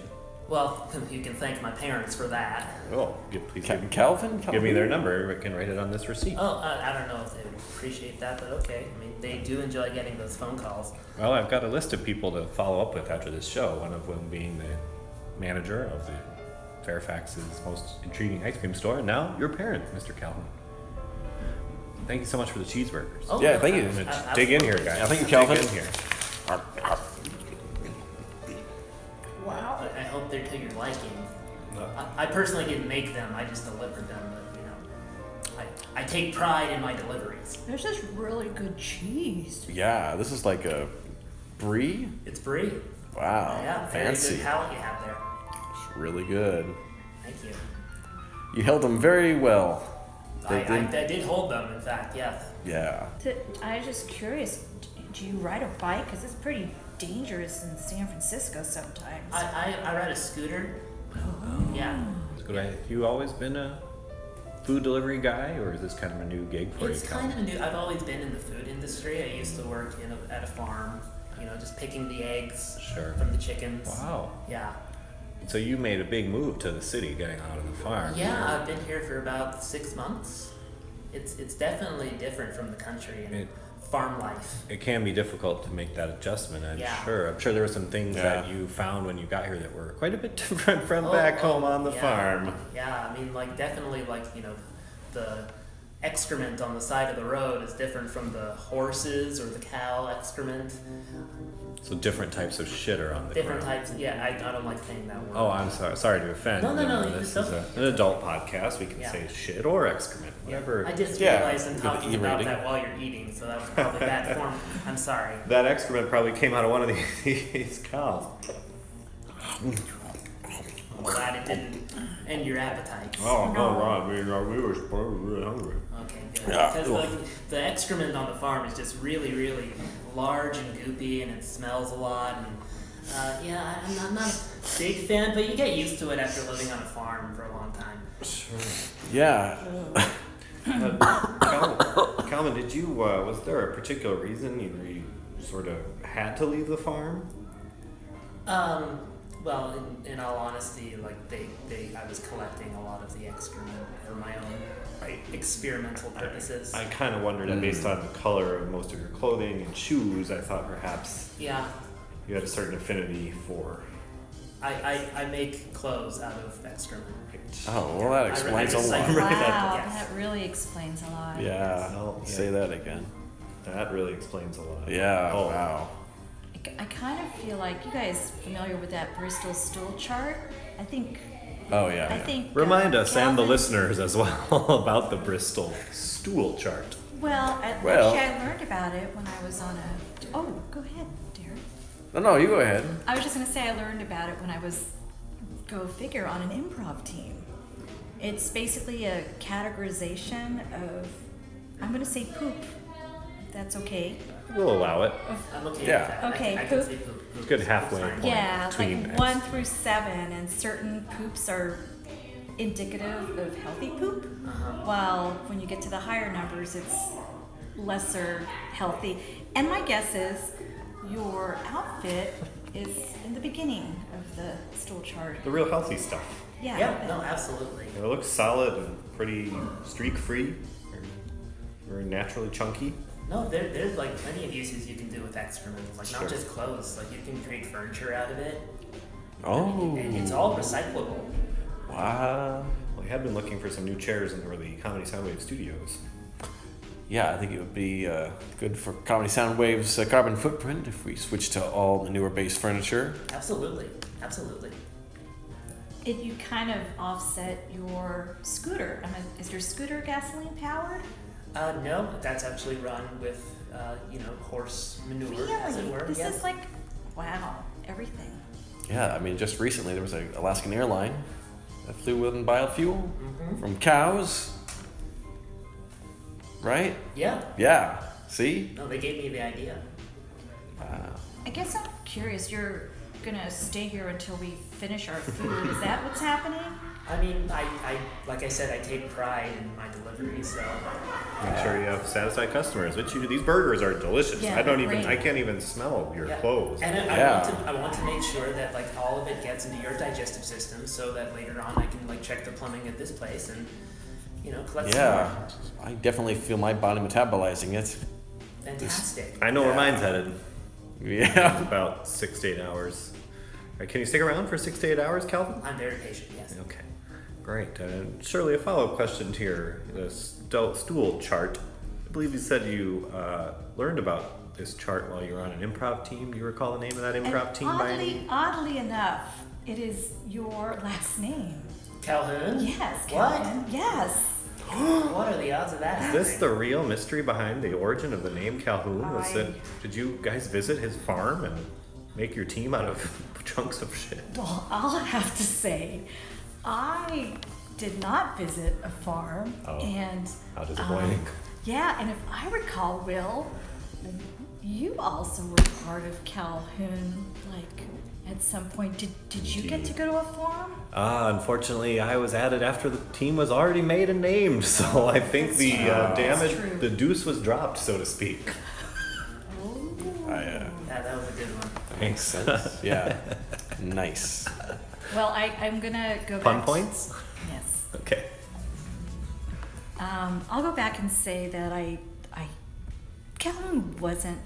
Speaker 11: Well, [laughs] you can thank my parents for that.
Speaker 3: Oh, give, please
Speaker 2: Ca-
Speaker 3: give, me-
Speaker 2: Calvin.
Speaker 3: give me
Speaker 2: Calvin?
Speaker 3: their number. We can write it on this receipt.
Speaker 11: Oh, I, I don't know if they would appreciate that, but okay. I mean, they do enjoy getting those phone calls.
Speaker 3: Well, I've got a list of people to follow up with after this show. One of them being the manager of the Fairfax's most intriguing ice cream store, and now your parent, Mr. Calvin. Thank you so much for the cheeseburgers.
Speaker 11: Oh,
Speaker 2: Yeah, thank you.
Speaker 3: I'm gonna
Speaker 11: I- I-
Speaker 3: dig in here, guys.
Speaker 2: Yeah, thank you,
Speaker 3: Dig
Speaker 2: Calvin.
Speaker 3: in here.
Speaker 11: I,
Speaker 5: Wow.
Speaker 11: I hope they're to your liking.
Speaker 3: No.
Speaker 11: I, I personally didn't make them. I just delivered them. But you know, I, I take pride in my deliveries.
Speaker 5: There's this really good cheese.
Speaker 2: Yeah, this is like a brie.
Speaker 11: It's brie.
Speaker 2: Wow,
Speaker 11: yeah, very
Speaker 2: Oh, fancy.
Speaker 11: good palate you have there.
Speaker 2: It's really good.
Speaker 11: Thank you.
Speaker 2: You held them very well.
Speaker 11: I,
Speaker 2: They did-
Speaker 11: I, I did hold them, in fact. Yes.
Speaker 2: Yeah.
Speaker 5: Th- I was just curious. d- Do you ride a bike? Because it's pretty dangerous in San Francisco sometimes.
Speaker 11: I, I, I ride a scooter.
Speaker 2: Oh,
Speaker 11: Yeah.
Speaker 3: Good. Have you always been a food delivery guy, or is this kind of a new gig for
Speaker 11: It's
Speaker 3: you?
Speaker 11: kind of a new. I've always been in the food industry. I used to work in a, at a farm. You know, just picking the eggs
Speaker 3: Sure.
Speaker 11: from the chickens.
Speaker 3: Wow.
Speaker 11: Yeah.
Speaker 3: So you made a big move to the city, getting out of the farm.
Speaker 11: Yeah, I've been here for about six months. It's it's definitely different from the country and
Speaker 3: It-
Speaker 11: farm life.
Speaker 3: It can be difficult to make that adjustment. I'm
Speaker 11: Yeah.
Speaker 3: sure. I'm sure there were some things that
Speaker 2: Yeah.
Speaker 3: you found when you got here that were quite a bit [laughs] different from
Speaker 11: Oh,
Speaker 3: back
Speaker 11: oh,
Speaker 3: home on the
Speaker 11: yeah.
Speaker 3: farm.
Speaker 11: Yeah, I mean, like definitely, like you know, the
Speaker 6: excrement on the side of the road is different from the horses or the cow excrement.
Speaker 3: So different types of shit are on the
Speaker 6: different
Speaker 3: ground.
Speaker 6: types. Yeah, I, I don't like saying that word.
Speaker 3: Oh, I'm sorry. Sorry to offend.
Speaker 6: No, no, no, you
Speaker 3: This
Speaker 6: just
Speaker 3: is a,
Speaker 6: don't.
Speaker 3: an adult podcast. We can
Speaker 6: Yeah.
Speaker 3: say shit or excrement, whatever.
Speaker 6: I just realized I'm talking about that while you're eating, so that was probably bad form. I'm sorry.
Speaker 3: That excrement probably came out of one of [laughs] these cows.
Speaker 6: I'm glad it didn't end your appetite.
Speaker 3: Oh, no, right. We, uh, we were really hungry.
Speaker 6: Okay, good.
Speaker 3: Yeah.
Speaker 6: Because the, the excrement on the farm is just really, really large and goopy, and it smells a lot. And uh, yeah, I- I'm not, I'm not a big fan, but you get used to it after living on a farm for a long time. Sure.
Speaker 3: Yeah. Calvin, did you, uh, was there a particular reason you, you sort of had to leave the farm?
Speaker 6: Um, well, in, in all honesty, like they, they, I was collecting a lot of the excrement for my own right, experimental purposes.
Speaker 3: I kind of wondered, that based on the color of most of your clothing and shoes, I thought perhaps
Speaker 6: yeah,
Speaker 3: you had a certain affinity for.
Speaker 6: I, I, I make clothes out of excrement.
Speaker 2: Oh, well, that
Speaker 6: I- I
Speaker 2: explains a
Speaker 6: just,
Speaker 2: lot.
Speaker 6: like,
Speaker 5: Wow,
Speaker 6: Yes.
Speaker 5: that really explains a lot.
Speaker 2: Yeah, say that again.
Speaker 3: That really explains a lot. Oh.
Speaker 2: Yeah, wow.
Speaker 5: I kind of feel like you guys familiar with that Bristol stool chart. I think.
Speaker 3: Oh, yeah.
Speaker 5: I think. uh,
Speaker 3: Remind us and the
Speaker 5: Calvin-
Speaker 3: listeners as well [laughs] about the Bristol stool chart.
Speaker 5: Well, I,
Speaker 3: Well-
Speaker 5: actually, I learned about it when I was on a. Oh, go ahead, Derek.
Speaker 2: No, no, you go ahead.
Speaker 5: I was just gonna say I learned about it when I was, go figure, on an improv team. It's basically a categorization of, I'm gonna say poop. if That's okay.
Speaker 3: We'll allow it.
Speaker 6: I'm okay
Speaker 3: Yeah.
Speaker 6: with that. I-
Speaker 5: Okay,
Speaker 6: I, can
Speaker 5: poop.
Speaker 6: see poop.
Speaker 3: Good halfway point
Speaker 5: Yeah,
Speaker 3: between
Speaker 5: like
Speaker 3: ex-
Speaker 5: one through seven, and certain poops are indicative of healthy poop,
Speaker 6: Uh-huh.
Speaker 5: while when you get to the higher numbers, it's lesser healthy. And my guess is your outfit is in the beginning of the stool chart.
Speaker 3: the real healthy stuff.
Speaker 5: Yeah.
Speaker 6: Yeah, no, absolutely.
Speaker 3: It looks solid and pretty streak free. Very naturally chunky.
Speaker 6: No, there, there's like plenty of uses you can do with excrement, like
Speaker 3: Sure.
Speaker 6: not just clothes. Like you can create furniture out of it.
Speaker 3: Oh.
Speaker 6: And it's all recyclable.
Speaker 2: Oh,
Speaker 3: Wow. Well, I have been looking for some new chairs in the Comedy Soundwave studios.
Speaker 2: Yeah, I think it would be uh, good for Comedy Soundwave's uh, carbon footprint if we switch to all the newer base furniture.
Speaker 6: Absolutely, absolutely.
Speaker 5: It, you kind of offset your scooter. I mean, is your scooter gasoline powered?
Speaker 6: Uh, no, that's actually run with uh, you know horse manure, as it were.
Speaker 5: Really? This
Speaker 6: yeah.
Speaker 5: is like, wow, everything.
Speaker 2: Yeah, I mean, just recently there was an Alaskan airline that flew with biofuel from cows. Right?
Speaker 6: Yeah.
Speaker 2: Yeah. See?
Speaker 6: No, they gave me the idea.
Speaker 2: Wow.
Speaker 5: I guess I'm curious. You're gonna stay here until we finish our food. Is that
Speaker 3: [laughs]
Speaker 5: what's happening?
Speaker 6: I mean, I, I like I said, I take pride in my delivery, so
Speaker 3: Make sure you have satisfied customers, which you do. These burgers are delicious.
Speaker 6: Yeah,
Speaker 3: I don't
Speaker 6: they're
Speaker 3: even, I
Speaker 6: great.
Speaker 3: can't even smell your
Speaker 6: Yeah.
Speaker 3: clothes.
Speaker 6: And I, I, want to, I want to make sure that like all of it gets into your digestive system, so that later on I can like check the plumbing at this place and you know collect some more.
Speaker 2: Yeah. I definitely feel my body metabolizing it. [laughs]
Speaker 6: Fantastic.
Speaker 3: I know where
Speaker 2: Yeah.
Speaker 3: mine's headed.
Speaker 2: Yeah.
Speaker 3: About six to eight hours. All right, can you stick around for six to eight hours, Calvin?
Speaker 6: I'm very patient. Yes.
Speaker 3: Okay. Great. And Shirley, a follow up question to your the sto- stool chart. I believe you said you uh, learned about this chart while you were on an improv team. Do you recall the name of that improv
Speaker 5: And
Speaker 3: team by any
Speaker 5: oddly, oddly enough, it is your last name.
Speaker 6: Calhoun.
Speaker 5: Yes.
Speaker 6: What?
Speaker 5: Calvin. Yes.
Speaker 6: What are the odds of that?
Speaker 3: Is this
Speaker 5: [laughs]
Speaker 3: the real mystery behind the origin of the name Calhoun? Was
Speaker 5: I-
Speaker 3: it? Did you guys visit his farm and make your team out of [laughs] chunks of shit?
Speaker 5: Well, I'll have to say, I did not visit a farm,
Speaker 3: Oh.
Speaker 5: and
Speaker 3: How
Speaker 5: disappointing. yeah, and if I recall, Will, you also were part of Calhoun, like at some point. Did did you get to go to a farm?
Speaker 3: Ah, unfortunately, I was added after the team was already made and named, [laughs] so I think the
Speaker 5: true.
Speaker 3: uh,
Speaker 5: That's
Speaker 3: damage,
Speaker 5: true.
Speaker 3: the deuce was dropped, so to
Speaker 5: [laughs]
Speaker 3: speak. I, uh,
Speaker 6: Yeah, that was a good one.
Speaker 3: Thanks.
Speaker 2: yeah. Nice.
Speaker 5: Well, I I'm gonna go.
Speaker 2: Pun
Speaker 5: back
Speaker 2: points?
Speaker 5: yes.
Speaker 3: [laughs] Okay.
Speaker 5: Um, I'll go back and say that I I Calhoun wasn't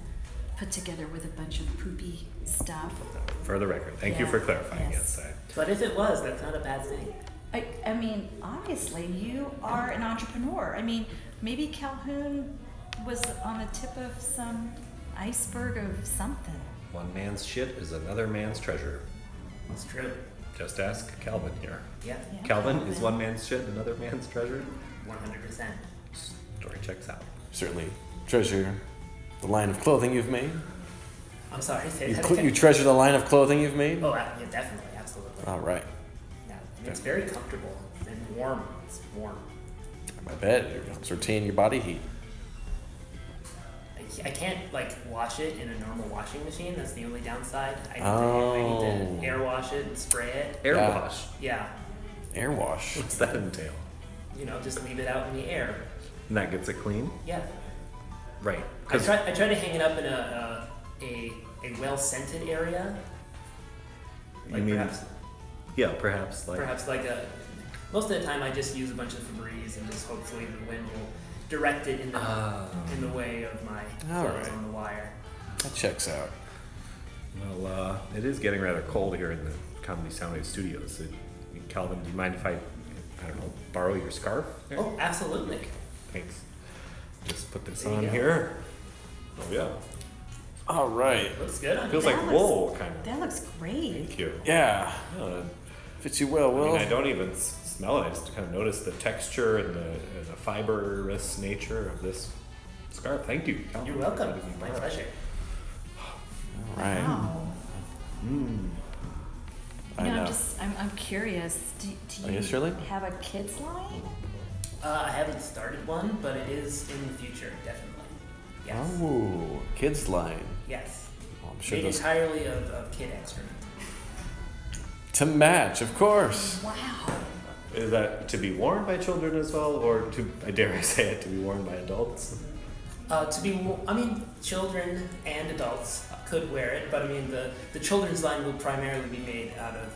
Speaker 5: put together with a bunch of poopy stuff.
Speaker 3: For the record, thank you
Speaker 5: Yeah.
Speaker 3: for clarifying.
Speaker 5: Yes.
Speaker 3: Yes, I,
Speaker 6: But if it was, that's not a bad thing.
Speaker 5: I, I mean, obviously, you are an entrepreneur. I mean, maybe Calhoun was on the tip of some iceberg of something.
Speaker 3: One man's shit is another man's treasure.
Speaker 6: That's true.
Speaker 3: Just ask Calvin here.
Speaker 6: Yeah. Yeah,
Speaker 3: Calvin, is
Speaker 6: Calvin.
Speaker 3: one man's shit another man's treasure?
Speaker 6: 100%.
Speaker 3: Story checks out.
Speaker 2: Certainly treasure the line of clothing you've made.
Speaker 6: I'm sorry, say
Speaker 2: You,
Speaker 6: that
Speaker 2: cl-
Speaker 6: again.
Speaker 2: you treasure the line of clothing you've made?
Speaker 6: Oh, ab- yeah, definitely, absolutely.
Speaker 3: Oh,
Speaker 2: All right.
Speaker 6: Yeah, and it's very comfortable and warm. It's warm.
Speaker 2: I bet it helps retain your body heat.
Speaker 6: I ca- I can't like wash it in a normal washing machine. That's the only downside. I need, to, I need
Speaker 2: Oh.
Speaker 6: to air wash it and spray it.
Speaker 2: Air Yeah. wash?
Speaker 6: Yeah.
Speaker 2: Air wash.
Speaker 3: What's that entail?
Speaker 6: You know, just leave it out in the air.
Speaker 3: And that gets it clean?
Speaker 6: Yeah.
Speaker 3: Right.
Speaker 6: I try. I try to hang it up in a a, a, a well scented area.
Speaker 3: you mean, yeah, perhaps like
Speaker 6: Perhaps like a. Most of the time, I just use a bunch of Febreze and just hopefully the wind will direct it in the in the way of my
Speaker 2: Ah. All
Speaker 6: clothes
Speaker 2: right.
Speaker 6: on the wire.
Speaker 2: That checks out.
Speaker 3: Well, uh, it is getting rather cold here in the Comedy Soundwave Studios. It, I mean, Calvin, do you mind if I, I don't know, borrow your scarf?
Speaker 6: Oh, absolutely.
Speaker 3: Thanks. Just put this
Speaker 6: There you
Speaker 3: on
Speaker 6: go.
Speaker 3: here. Oh yeah.
Speaker 2: All right.
Speaker 6: Looks good on
Speaker 3: Feels
Speaker 6: you.
Speaker 3: like
Speaker 6: That
Speaker 3: wool,
Speaker 6: looks-
Speaker 3: kind of.
Speaker 5: That looks great.
Speaker 3: Thank you.
Speaker 2: Yeah.
Speaker 3: Yeah,
Speaker 2: Fits you well,
Speaker 3: I
Speaker 2: Will.
Speaker 3: mean, I don't even s- smell it. I just kind of notice the texture and the, and the fibrous nature of this scarf. Thank you. Calvin.
Speaker 6: You're welcome. My pleasure.
Speaker 2: All right.
Speaker 5: Wow.
Speaker 2: Mm. I
Speaker 5: you know,
Speaker 2: know.
Speaker 5: I'm just, I'm, I'm curious. Do, do
Speaker 2: Oh,
Speaker 5: you
Speaker 2: yes, Shirley?
Speaker 5: have a kids line?
Speaker 6: Uh, I haven't started one, but it is in the future, definitely. Yes.
Speaker 2: Oh, kids line.
Speaker 6: Yes.
Speaker 2: Well, I'm sure
Speaker 6: Made
Speaker 2: those
Speaker 6: entirely of, of kid excrement.
Speaker 2: to match, of course.
Speaker 5: Wow.
Speaker 3: Is that to be worn by children as well, or to I dare I say it to be worn by adults?
Speaker 6: Uh, to be, wo- I mean, children and adults could wear it, but I mean, the, the children's line will primarily be made out of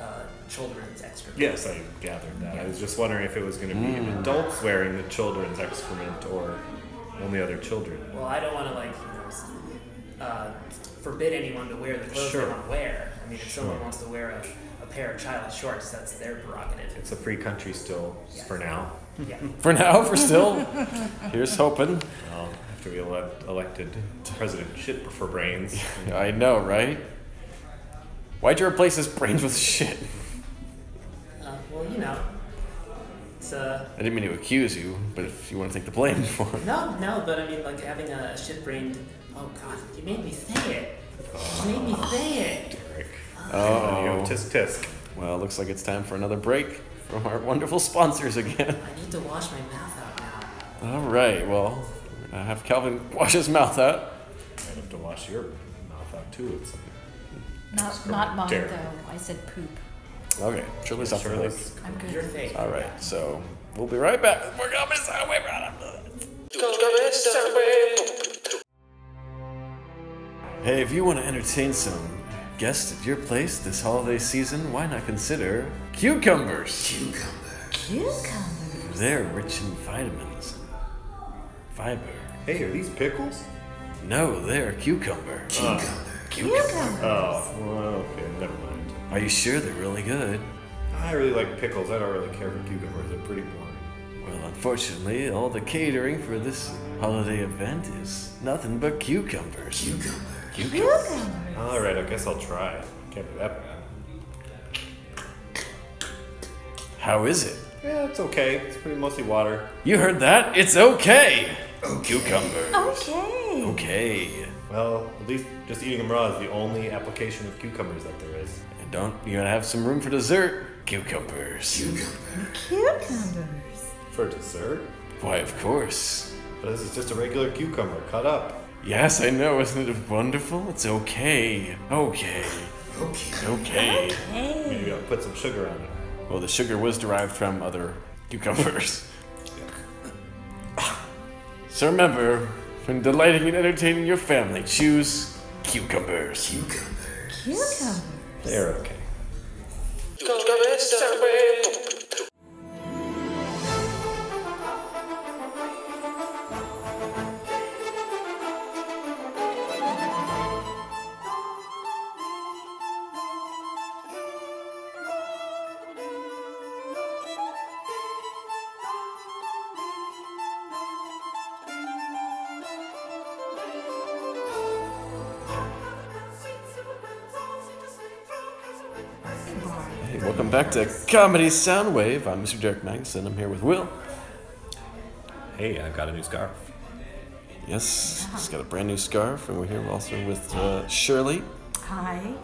Speaker 6: uh, children's excrement.
Speaker 3: Yes, I gathered that. I was just wondering if it was going to be adults wearing the children's excrement or only other children.
Speaker 6: Well, I don't want to like you know, s- uh, forbid anyone to wear the clothes
Speaker 3: Sure.
Speaker 6: they want to wear. I mean, if someone
Speaker 3: Sure.
Speaker 6: wants to wear a, a pair of child shorts, that's their prerogative.
Speaker 3: It's a free country still for now.
Speaker 6: Yeah.
Speaker 2: For now, for still. [laughs] Here's hoping.
Speaker 3: Well, um, after we elect, elected President Shit for [laughs] Brains,
Speaker 2: I know, right? Why'd you replace his brains with shit?
Speaker 6: Uh, well, you know, it's uh,
Speaker 2: I didn't mean to accuse you, but if you want to take the blame [laughs] for it.
Speaker 6: no, no, but I mean, like having a shit-brained. Oh God, you made me say it. You made me say it.
Speaker 3: Eric.
Speaker 2: Oh.
Speaker 3: Tisk tisk.
Speaker 2: Well, it looks like it's time for another break from our wonderful sponsors again. [laughs]
Speaker 6: I need to wash my mouth out now.
Speaker 2: All right, well, we're gonna have Calvin wash his mouth out.
Speaker 3: I'd have to wash your mouth out too. It's
Speaker 5: Not, not mine,
Speaker 3: Dare.
Speaker 5: though. I said poop.
Speaker 2: Okay, Shirley's up for this.
Speaker 5: I'm good.
Speaker 6: Your thing.
Speaker 2: All right, so we'll be right back. We're gonna miss our way around. Hey, if you want to entertain some guests at your place this holiday season, why not consider cucumbers?
Speaker 5: Cucumber.
Speaker 2: They're rich in vitamins, fiber.
Speaker 3: hey, are these pickles?
Speaker 2: No, they're cucumber.
Speaker 5: Cucumber.
Speaker 3: Oh, well, okay, never mind.
Speaker 2: Are you sure they're really good?
Speaker 3: I really like pickles. I don't really care for cucumbers. They're pretty boring.
Speaker 2: Well, unfortunately, all the catering for this holiday event is nothing but cucumbers. Cucumber. Cucumbers.
Speaker 5: Cucumber.
Speaker 3: All right, I guess I'll try. it. Can't be that bad.
Speaker 2: How is it?
Speaker 3: Yeah, it's okay. It's pretty mostly water.
Speaker 2: You heard that? It's okay. Cucumber.
Speaker 5: Okay.
Speaker 2: Okay.
Speaker 3: Well, at least just eating them raw is the only application of cucumbers that there is.
Speaker 2: And don't you gotta have some room for dessert? Cucumbers.
Speaker 5: Cucumbers.
Speaker 3: For dessert?
Speaker 2: Why, of course.
Speaker 3: But this is just a regular cucumber cut up.
Speaker 2: Yes, I know. Isn't it wonderful? It's okay. Okay. Okay. Okay.
Speaker 5: Hey.
Speaker 3: Maybe I'll put some sugar on it.
Speaker 2: Well, the sugar was derived from other cucumbers. so remember, when delighting and entertaining your family, choose cucumbers.
Speaker 5: Cucumber.
Speaker 3: They're okay.
Speaker 4: Thank
Speaker 2: Welcome back to Comedy Soundwave. I'm Mr. Derek Magnuson. I'm here with Will.
Speaker 3: Hey, I've got a new scarf.
Speaker 2: Yes, he's got a brand new scarf, and we're here also with uh, Shirley.
Speaker 8: Hi.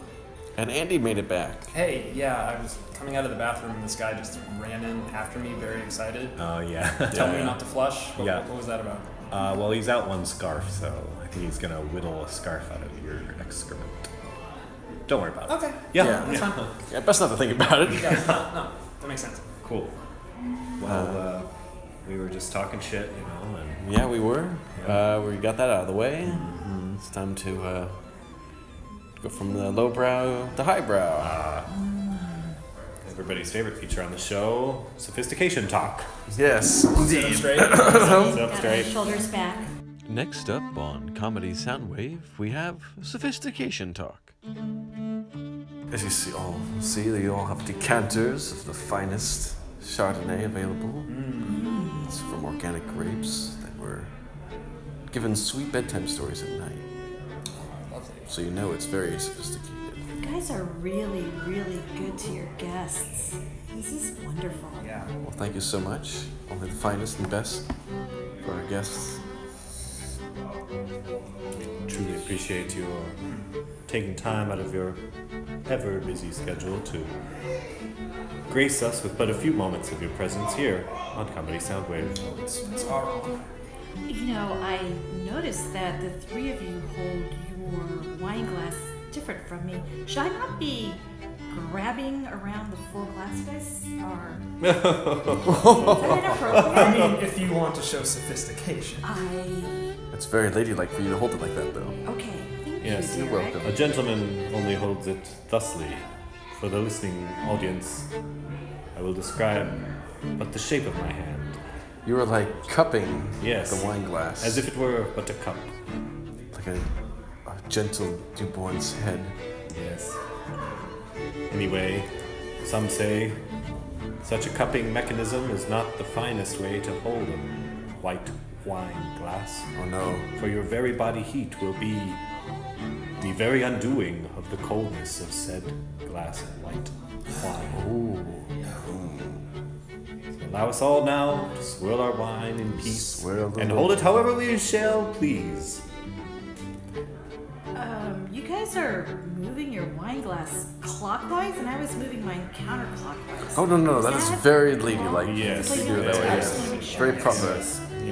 Speaker 2: And Andy made it back.
Speaker 6: Hey, yeah, I was coming out of the bathroom and this guy just ran in after me, very excited.
Speaker 3: Oh, yeah.
Speaker 6: [laughs] Tell
Speaker 3: Yeah.
Speaker 6: me not to flush. What,
Speaker 3: Yeah.
Speaker 6: what was that about?
Speaker 3: Uh, well, he's out one scarf, so I think he's gonna whittle a scarf out of your excrement. Don't worry about it.
Speaker 6: Okay.
Speaker 3: Yeah.
Speaker 6: Yeah, that's fine.
Speaker 2: Yeah, best not to think about it.
Speaker 6: Yeah, no, no, that makes sense.
Speaker 3: [laughs] Cool. Well, uh, we were just talking shit, you know, and
Speaker 2: Yeah, we were. Uh, we got that out of the way. It's time to uh, go from the lowbrow to highbrow.
Speaker 3: everybody's favorite feature on the show: sophistication talk.
Speaker 2: Yes, indeed.
Speaker 3: Sit up straight.
Speaker 5: [laughs]
Speaker 3: Sit up straight.
Speaker 8: Shoulders back.
Speaker 2: Next up on Comedy Soundwave, we have Sophistication Talk. As you see, all see, they all have decanters of the finest Chardonnay available. It's from organic grapes that were given sweet bedtime stories at night. So you know it's very sophisticated.
Speaker 8: You guys are really, really good to your guests. This is wonderful.
Speaker 6: Yeah.
Speaker 2: Well, thank you so much. Only the finest and best for our guests.
Speaker 3: Truly appreciate you uh, taking time out of your ever busy schedule to grace us with but a few moments of your presence here on Comedy Soundwave.
Speaker 6: It's our honor.
Speaker 5: You know, I noticed that the three of you hold your wine glass different from me. Should I not be grabbing around the full glass face? Or is
Speaker 6: [laughs]
Speaker 5: that
Speaker 6: I
Speaker 5: inappropriate?
Speaker 6: mean, if you want to show sophistication.
Speaker 5: I
Speaker 2: It's very ladylike for you to hold it like that, though.
Speaker 5: okay. Thank
Speaker 3: Yes,
Speaker 5: you,
Speaker 2: you're
Speaker 5: Derek.
Speaker 2: welcome.
Speaker 3: A gentleman only holds it thusly. For the listening audience, I will describe but the shape of my hand,
Speaker 2: You are like cupping
Speaker 3: Yes.
Speaker 2: the wine glass.
Speaker 3: as if it were but a cup.
Speaker 2: like a, a gentle Dubois head.
Speaker 3: Yes. Anyway, some say such a cupping mechanism is not the finest way to hold a white wine glass,
Speaker 2: Oh no.
Speaker 3: for your very body heat will be the very undoing of the coldness of said glass of white wine.
Speaker 2: Ooh.
Speaker 3: Allow us all now to swirl our wine in peace
Speaker 2: Swirl the
Speaker 3: and hold it however we shall please.
Speaker 5: Um, you guys are moving your wine glass clockwise, and I was moving mine counterclockwise.
Speaker 2: Oh no no, that is
Speaker 5: That-
Speaker 2: very ladylike.
Speaker 3: Yes.
Speaker 2: You do it that way.
Speaker 5: I
Speaker 3: Yes.
Speaker 5: just wanna make sure.
Speaker 2: Very proper.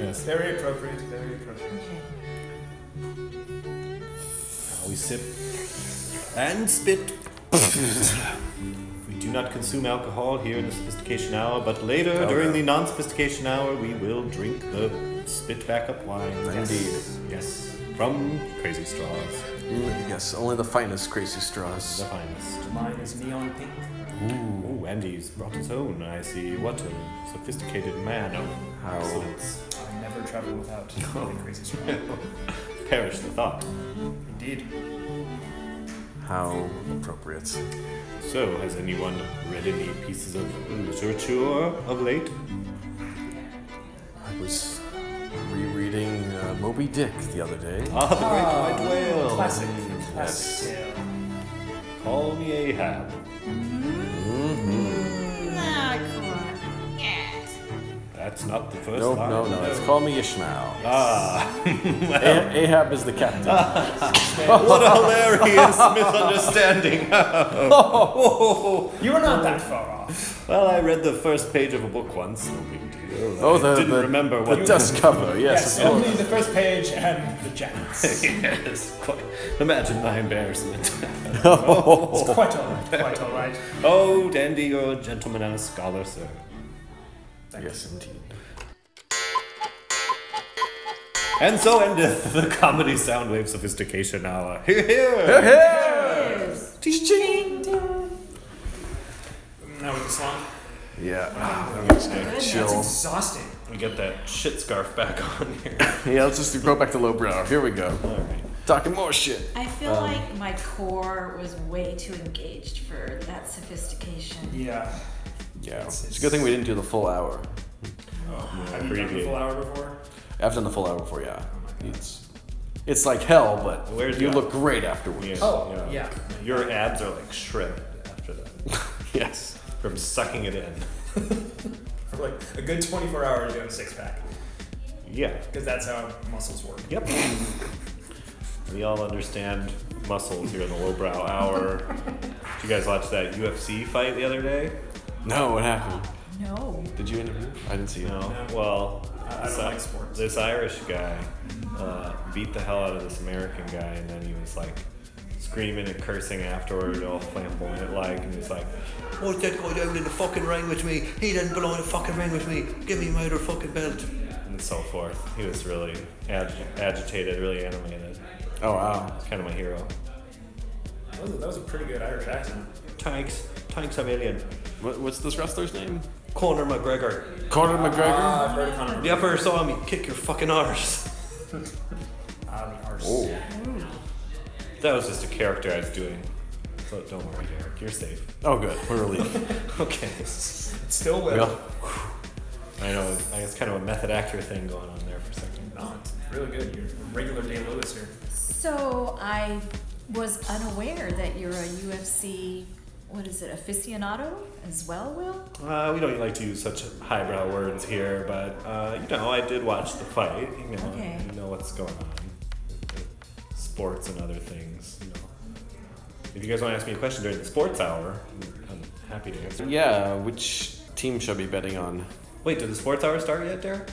Speaker 3: Yes.
Speaker 6: Very appropriate, very appropriate.
Speaker 5: Okay.
Speaker 3: We sip and spit. we do not consume alcohol here in the sophistication hour, but later
Speaker 2: Oh,
Speaker 3: during the non sophistication hour, we will drink the spit back up wine.
Speaker 2: Indeed.
Speaker 3: Yes. From Crazy Straws,
Speaker 2: Mm, Yes, only the finest crazy
Speaker 3: the
Speaker 2: straws.
Speaker 3: finest.
Speaker 6: Mine is neon pink.
Speaker 3: Ooh, Andy's brought his own, I see. What a sophisticated man of
Speaker 2: How-
Speaker 3: excellence.
Speaker 6: I never travel
Speaker 3: [laughs]
Speaker 6: without really crazy strong.
Speaker 3: Perish the thought.
Speaker 6: Indeed.
Speaker 2: How appropriate.
Speaker 3: So, has anyone read any pieces of literature of late?
Speaker 2: I was rereading uh, Moby Dick the other day.
Speaker 3: Ah, the Great White Whale.
Speaker 6: Classic.
Speaker 2: Mm,
Speaker 6: Classic tale.
Speaker 3: Call me Ahab.
Speaker 8: Not quite yet.
Speaker 3: That's not the first
Speaker 2: No,
Speaker 3: line.
Speaker 2: no, no. It's called me Ishmael.
Speaker 3: Ah, [laughs]
Speaker 2: A- Ahab is the captain.
Speaker 3: what a
Speaker 2: [laughs]
Speaker 3: hilarious misunderstanding. [laughs]
Speaker 6: You were not that far off.
Speaker 3: well, I read the first page of a book once. No big deal.
Speaker 2: Oh,
Speaker 3: I
Speaker 2: the,
Speaker 3: didn't
Speaker 2: the,
Speaker 3: remember
Speaker 2: the
Speaker 3: what
Speaker 2: dust cover. Yes,
Speaker 6: Yes,
Speaker 2: of course.
Speaker 6: only the first page and the jackets.
Speaker 3: yes, quite. Imagine my embarrassment.
Speaker 6: It's quite alright, quite alright.
Speaker 3: oh, Dandy, you're a gentleman and a scholar, sir.
Speaker 2: Yes, indeed.
Speaker 3: And so endeth the comedy soundwave sophistication hour. [laughs] Here,
Speaker 2: Hey,
Speaker 3: here.
Speaker 6: Now with the song.
Speaker 2: Yeah. I'm just gonna chill.
Speaker 6: That's exhausting.
Speaker 3: We get that shit scarf back on here.
Speaker 2: Yeah, let's just go back to lowbrow. Here we go.
Speaker 3: All right.
Speaker 2: Talking more shit.
Speaker 5: I feel
Speaker 2: Um,
Speaker 5: like my core was way too engaged for that sophistication.
Speaker 6: Yeah.
Speaker 2: Yeah. It's a good thing we didn't do the full hour.
Speaker 6: Have you done the
Speaker 3: Preview.
Speaker 6: full hour before?
Speaker 2: I've done the full hour before, yeah. It's it's like hell, but
Speaker 3: Where's
Speaker 2: you
Speaker 3: that?
Speaker 2: look great afterwards. Oh.
Speaker 3: Yeah,
Speaker 6: Oh, yeah. [laughs]
Speaker 3: Your abs are like shredded after that.
Speaker 2: Yes.
Speaker 3: from sucking it in.
Speaker 6: For like a good 24 hours, you have a six pack.
Speaker 3: Yeah.
Speaker 6: Because that's how muscles work.
Speaker 3: Yep. We all understand muscles here in the lowbrow hour. Did you guys watch that UFC fight the other day?
Speaker 2: No, what happened?
Speaker 5: No.
Speaker 2: Did you interview? I didn't see
Speaker 3: No.
Speaker 2: it.
Speaker 3: Well,
Speaker 6: I- I
Speaker 3: this-
Speaker 6: don't like sports.
Speaker 3: This Irish guy uh, beat the hell out of this American guy, and then he was like screaming and cursing afterward, all flamboyant like, and he's like,
Speaker 12: What's that guy doing in the fucking ring with me? He didn't belong in the fucking ring with me. Give me my other fucking belt.
Speaker 3: and so forth. He was really ag- agitated, really animated.
Speaker 2: Oh wow,
Speaker 3: he's kind of my hero.
Speaker 6: That was, a, that was a pretty good Irish accent.
Speaker 3: Thanks, thanks, I'm alien.
Speaker 2: What, what's this wrestler's name?
Speaker 12: Conor McGregor.
Speaker 2: Conor McGregor?
Speaker 6: Ah, I've heard of Conor
Speaker 12: You ever saw me kick your fucking
Speaker 6: [laughs]
Speaker 12: arse?
Speaker 6: Ah, the arse.
Speaker 3: Oh. That was just a character I was doing. So don't worry, Derek,
Speaker 12: [laughs]
Speaker 3: you're safe.
Speaker 2: Oh, good. We're relieved.
Speaker 3: okay.
Speaker 6: Still
Speaker 3: Well,
Speaker 6: will.
Speaker 3: I know. I guess kind of a method actor thing going on there for a second.
Speaker 6: No, it's really good. You're a regular day Lewis here.
Speaker 5: So I was unaware that you're a UFC, what is it, aficionado as well, Will?
Speaker 3: Uh, we don't like to use such highbrow words here, but uh, you know, I did watch the fight. You know,
Speaker 5: Okay.
Speaker 3: you know what's going on, sports and other things. You know, if you guys want to ask me a question during the sports hour, I'm happy to answer.
Speaker 2: Yeah, which team should I be betting on?
Speaker 3: Wait, did the sports hour start yet, Derek?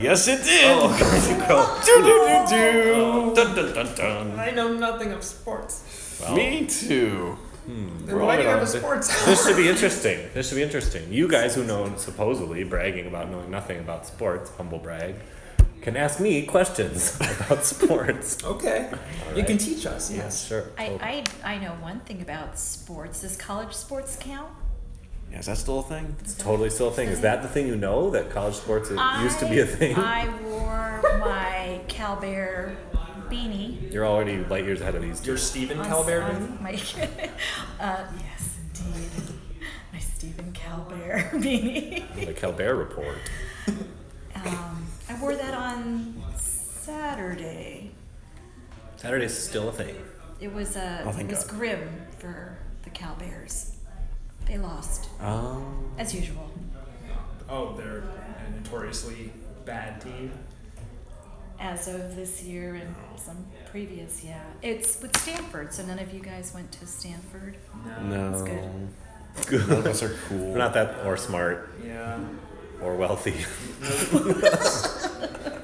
Speaker 2: Yes, it did.
Speaker 3: Oh, okay,
Speaker 2: cool.
Speaker 3: Oh. Dun dun dun dun.
Speaker 6: I know nothing of sports.
Speaker 3: Well,
Speaker 2: Me too.
Speaker 6: Then why do you have a sports
Speaker 3: This should be interesting. This should be interesting. You guys who know supposedly bragging about knowing nothing about sports, humble brag, can ask me questions [laughs] about sports.
Speaker 6: Okay. You can teach us, yes.
Speaker 3: Sure.
Speaker 2: Oh.
Speaker 5: I, I, I know one thing about sports. Does college sports count?
Speaker 2: Yeah, is that still a thing?
Speaker 3: It's totally still a thing. Is that the thing you know that college sports it
Speaker 5: I,
Speaker 3: used to be a thing?
Speaker 5: [laughs] I wore my Cal Bear beanie.
Speaker 3: You're already light years ahead of these.
Speaker 6: You're
Speaker 3: Two.
Speaker 6: Stephen
Speaker 5: on-
Speaker 6: Calvert.
Speaker 5: on My, [laughs] uh, yes, indeed. My Stephen Cal Bear [laughs] beanie.
Speaker 3: The Calbert report.
Speaker 5: Um, I wore that on Saturday.
Speaker 3: Saturday's still a thing.
Speaker 5: It was uh,
Speaker 2: Oh,
Speaker 5: it
Speaker 2: thank
Speaker 5: was
Speaker 2: God.
Speaker 5: grim for the Cal Bears. They lost
Speaker 2: Oh.
Speaker 5: as usual.
Speaker 6: Oh, they're a notoriously bad team.
Speaker 5: As of this year and some previous, yeah. It's with Stanford, so none of you guys went to Stanford.
Speaker 2: No.
Speaker 5: That's good.
Speaker 3: Good.
Speaker 2: None of us are cool.
Speaker 3: We're [laughs] not that or smart
Speaker 6: Yeah.
Speaker 3: or wealthy. [laughs]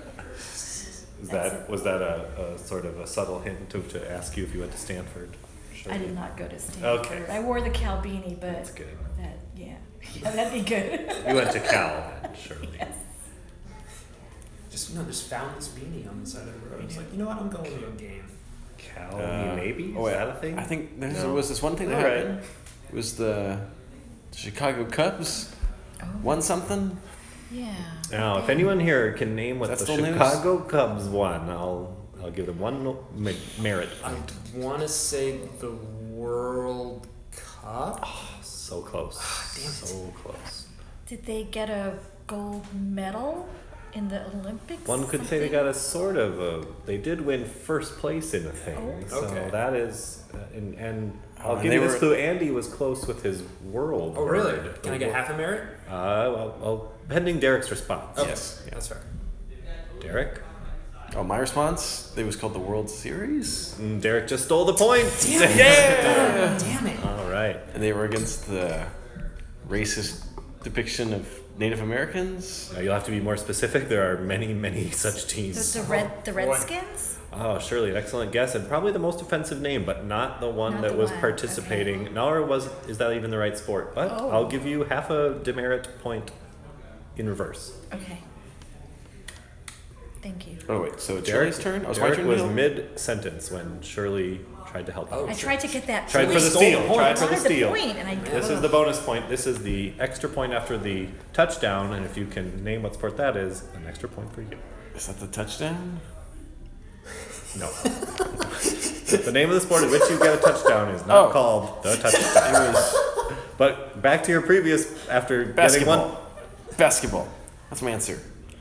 Speaker 3: Is that was that a, a sort of a subtle hint to, to ask you if you went to Stanford? Sure.
Speaker 5: I did not go to Stanford.
Speaker 3: Okay.
Speaker 5: I wore the Cal beanie, but
Speaker 3: That's good.
Speaker 5: that yeah, [laughs] yeah, that'd be good.
Speaker 3: You went to Cal then, surely.
Speaker 6: Just no, just found this beanie on the side of the road. It's like, you know what? I'm going to a game.
Speaker 3: Cal,
Speaker 2: Uh,
Speaker 3: maybe? Is
Speaker 2: wait,
Speaker 3: that a thing?
Speaker 2: I think there
Speaker 3: No.
Speaker 2: was this one thing that
Speaker 3: All right.
Speaker 2: happened. It was the Chicago Cubs
Speaker 6: Oh.
Speaker 2: won something?
Speaker 5: Yeah.
Speaker 3: Now, if anyone here can name what
Speaker 2: That's
Speaker 3: the
Speaker 2: still news.
Speaker 3: Chicago Cubs won, I'll I'll give them one no- me- merit.
Speaker 6: I want to say the World Cup.
Speaker 3: Ah,
Speaker 6: Ah,
Speaker 3: So close. so close.
Speaker 5: Did they get a gold medal in the Olympics?
Speaker 3: One could say they
Speaker 5: something?
Speaker 3: got a sort of a. They did win first place in a thing,
Speaker 6: Oh.
Speaker 3: so
Speaker 6: Okay.
Speaker 3: that is. Uh, and and
Speaker 2: Oh,
Speaker 3: I'll
Speaker 2: and
Speaker 3: give
Speaker 2: they
Speaker 3: you this
Speaker 2: were-
Speaker 3: clue. Andy was close with his world.
Speaker 6: Oh, really?
Speaker 3: word.
Speaker 6: Can I get half a merit?
Speaker 3: Uh, well, well, pending Derek's response.
Speaker 6: Okay,
Speaker 2: Yes.
Speaker 6: That's fair.
Speaker 3: Derek.
Speaker 2: Oh, my response? It was called the World Series?
Speaker 3: Mm, Derek just stole the point. [laughs]
Speaker 6: Damn it.
Speaker 3: All right.
Speaker 2: And they were against the racist depiction of Native Americans?
Speaker 3: Now you'll have to be more specific. There are many, many such teams.
Speaker 5: The, the red the Redskins.
Speaker 3: Oh, surely an excellent guess, and probably the most offensive name, but not the one
Speaker 5: Not
Speaker 3: that
Speaker 5: the
Speaker 3: was
Speaker 5: one,
Speaker 3: participating. Nor was is that even the right sport? But
Speaker 5: Oh.
Speaker 3: I'll give you half a demerit point in reverse.
Speaker 5: Okay. Thank you.
Speaker 2: Oh, wait, so it's Shirley's turn? Oh, it's my
Speaker 3: Derek
Speaker 2: turn
Speaker 3: was
Speaker 2: now?
Speaker 3: mid sentence when Shirley tried to help.
Speaker 6: Oh.
Speaker 5: I
Speaker 3: him.
Speaker 5: tried to get that.
Speaker 3: Tried for
Speaker 5: point.
Speaker 3: the steal.
Speaker 5: I
Speaker 3: Tried for the
Speaker 5: wanted
Speaker 3: steal.
Speaker 5: point, and I
Speaker 3: This is
Speaker 5: couldn't.
Speaker 3: the bonus point. This is the extra point after the touchdown, and if you can name what sport that is, an extra point for you.
Speaker 2: Is that the touchdown?
Speaker 3: No. the name of the sport at which you get a touchdown is not
Speaker 2: Oh.
Speaker 3: called the touchdown.
Speaker 2: It was
Speaker 3: But back to your previous after getting one.
Speaker 2: basketball. Basketball. That's my answer.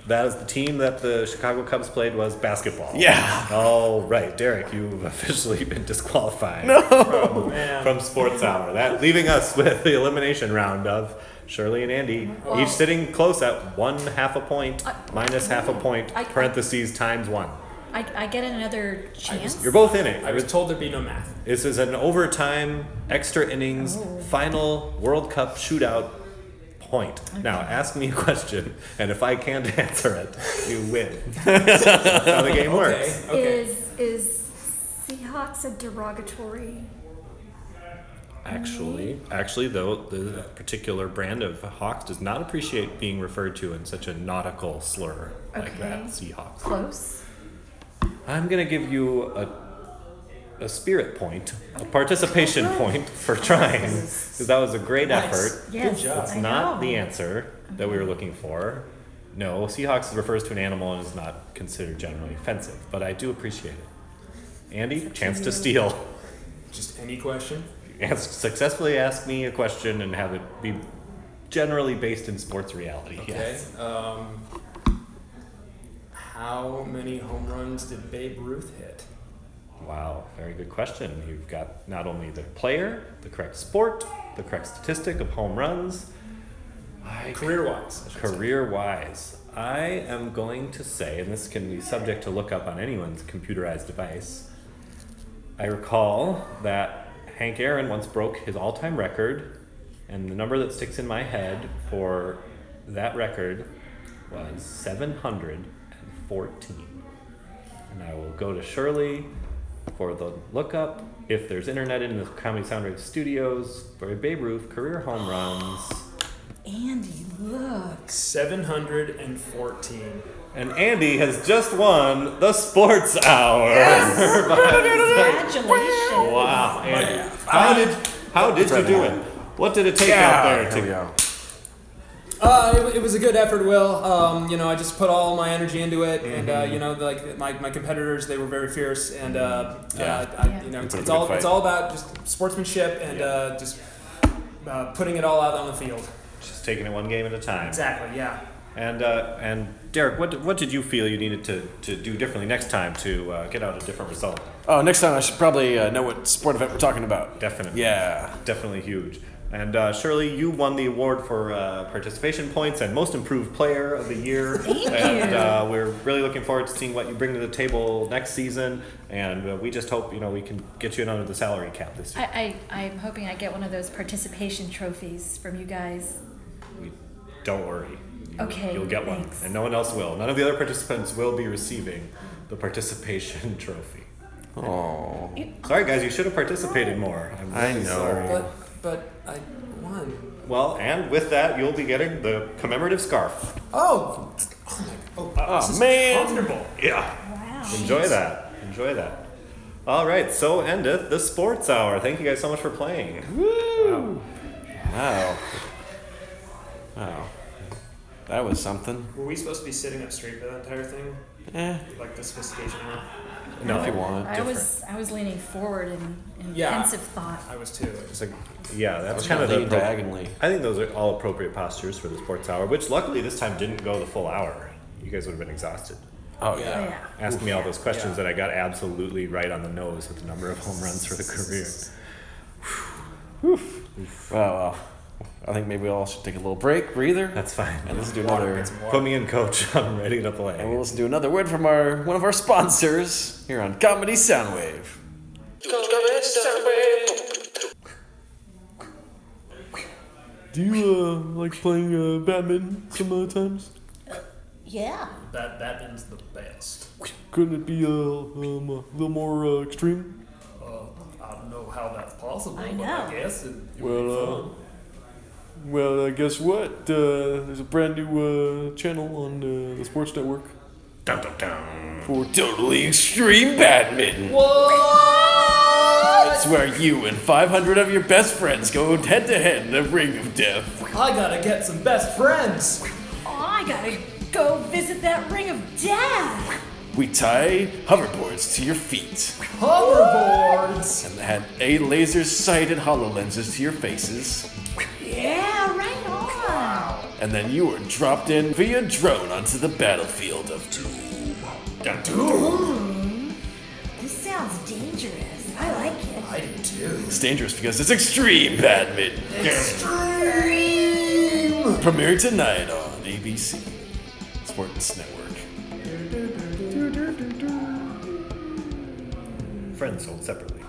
Speaker 3: That is the team that the Chicago Cubs played was basketball.
Speaker 2: Yeah.
Speaker 3: All right, Derek, you've officially been disqualified
Speaker 2: No.
Speaker 3: from,
Speaker 2: Man.
Speaker 3: from Sports Hour. That leaving us with the elimination round of Shirley and Andy,
Speaker 5: Well-
Speaker 3: each sitting close at one half a point, minus half a point,
Speaker 5: I-
Speaker 3: parentheses times one.
Speaker 5: I, I get another chance.
Speaker 3: You're both in it.
Speaker 6: I was told there'd be no math.
Speaker 3: This is an overtime, extra innings,
Speaker 6: Oh.
Speaker 3: final World Cup shootout point. Now, ask me a question, and if I can't [laughs] answer it, you win.
Speaker 6: [laughs]
Speaker 3: That's how the game works.
Speaker 5: Is is Seahawks a derogatory?
Speaker 3: Actually, actually, though, the particular brand of Hawks does not appreciate being referred to in such a nautical slur like that. Seahawks.
Speaker 5: Close.
Speaker 3: I'm gonna give you a a spirit point, a participation point for trying, because that was a great
Speaker 6: Nice.
Speaker 3: effort.
Speaker 6: Oh, Yes, Good job.
Speaker 3: It's
Speaker 6: I
Speaker 3: not
Speaker 6: know.
Speaker 3: the answer that we were looking for. No, Seahawks refers to an animal and is not considered generally offensive, but I do appreciate it. Andy, chance to steal.
Speaker 6: Just any question.
Speaker 3: Ask, successfully ask me a question and have it be generally based in sports reality.
Speaker 6: Okay. Um, how many home runs did Babe Ruth hit?
Speaker 3: Wow, very good question. You've got not only the player, the correct sport, the correct statistic of home runs.
Speaker 6: Career wise.
Speaker 3: Career wise, I am going to say, and this can be subject to look up on anyone's computerized device. I recall that Hank Aaron once broke his all time record, and the number that sticks in my head for that record was 714. And I will go to Shirley for the lookup. If there's internet in the Comedy Soundwave studios for Babe Ruth career home runs.
Speaker 6: Andy, look. 714.
Speaker 3: And Andy has just won the Sports Hour.
Speaker 5: Congratulations.
Speaker 3: wow, Andy. How did how did you do it? What did it take out there to go?
Speaker 6: Uh, it, wa- it was a good effort, Will. Um, you know, I just put all my energy into it, and
Speaker 2: Mm-hmm.
Speaker 6: uh, you know, like my, my competitors, they were very fierce, and uh,
Speaker 2: Yeah.
Speaker 6: uh, I, you know,
Speaker 2: Yeah.
Speaker 6: it's,
Speaker 2: Put up a
Speaker 6: it's
Speaker 2: good
Speaker 6: all it's
Speaker 2: fight.
Speaker 6: all about just sportsmanship and uh, just uh, putting it all out on the field.
Speaker 3: Just taking it one game at a time.
Speaker 6: Exactly. Yeah.
Speaker 3: And uh, and Derek, what what did you feel you needed to, to do differently next time to uh, get out a different result?
Speaker 2: Oh, next time I should probably uh, know what sport event we're talking about.
Speaker 3: Definitely.
Speaker 2: Yeah.
Speaker 3: Definitely huge. And uh, Shirley, you won the award for uh, participation points and most improved player of the year.
Speaker 5: [laughs] Thank
Speaker 3: and
Speaker 5: you.
Speaker 3: Uh, we're really looking forward to seeing what you bring to the table next season. And uh, we just hope you know we can get you in under the salary cap this year.
Speaker 5: I, I I'm hoping I get one of those participation trophies from you guys.
Speaker 3: Don't worry. You,
Speaker 5: Okay,
Speaker 3: You'll get one,
Speaker 5: thanks.
Speaker 3: and no one else will. None of the other participants will be receiving the participation [laughs] trophy.
Speaker 2: Oh.
Speaker 3: Sorry, guys. You should have participated more. I'm
Speaker 2: I
Speaker 3: really
Speaker 2: know.
Speaker 3: Sorry.
Speaker 6: But but I won.
Speaker 3: Well, and with that, you'll be getting the commemorative scarf.
Speaker 6: Oh. Oh, my,
Speaker 3: Oh,
Speaker 6: this is
Speaker 3: man.
Speaker 6: comfortable.
Speaker 3: Yeah.
Speaker 5: Wow.
Speaker 3: Enjoy that. Enjoy that. All right, so endeth the sports hour. Thank you guys so much for playing. Woo!
Speaker 2: Wow. Wow. Oh. That was something.
Speaker 6: Were we supposed to be sitting up straight for that entire thing?
Speaker 2: Eh.
Speaker 6: Like the sophistication.
Speaker 2: No. If you want.
Speaker 5: I was I was leaning forward in, in
Speaker 6: Yeah.
Speaker 5: pensive thought.
Speaker 6: I was too.
Speaker 3: It's like, yeah,
Speaker 2: I
Speaker 3: that's
Speaker 2: was
Speaker 3: kind of
Speaker 2: gonna
Speaker 3: the.
Speaker 2: lean
Speaker 3: appro-
Speaker 2: diagonally.
Speaker 3: I think those are all appropriate postures for the sports hour, which luckily this time didn't go the full hour. You guys would have been exhausted.
Speaker 2: Oh, yeah. Yeah.
Speaker 3: Ask me all those questions
Speaker 2: Yeah.
Speaker 3: that I got absolutely right on the nose with the number of home runs for the career.
Speaker 2: Well, uh, I think maybe we all should take a little break, breather.
Speaker 3: That's fine.
Speaker 2: And listen to
Speaker 3: Water,
Speaker 2: another.
Speaker 3: get some water. Put me in, coach. [laughs] I'm ready to play.
Speaker 2: And we'll listen to another word from our one of our sponsors here on Comedy Soundwave. Do you uh, like playing uh, Batman some other times?
Speaker 6: Yeah. That Batman's the best.
Speaker 2: Couldn't it be uh, um, a little more uh, extreme?
Speaker 6: Uh, I don't know how that's possible.
Speaker 5: I
Speaker 6: but
Speaker 5: know.
Speaker 6: I guess it, it
Speaker 2: Well, uh,
Speaker 6: would
Speaker 2: Well, uh, guess what? Uh, there's a brand new uh, channel on uh, the Sports Network.
Speaker 3: Dun, dun, dun.
Speaker 2: For totally extreme badminton. That's where you and 500 of your best friends go head to head in the ring of death.
Speaker 6: be fun. I gotta get some best friends.
Speaker 5: Oh, I gotta go visit that ring of death.
Speaker 2: We tie hoverboards to your feet
Speaker 6: Hoverboards.
Speaker 2: and add a laser sighted HoloLenses to your faces.
Speaker 5: Yeah, right on.
Speaker 2: and then you were dropped in via drone onto the battlefield of doom. Da doom.
Speaker 8: Hmm. This sounds dangerous. I like it. I do too.
Speaker 2: It's dangerous because it's extreme badminton.
Speaker 8: Extreme.
Speaker 2: Premiered tonight on ABC Sports Network.
Speaker 3: Friends sold separately.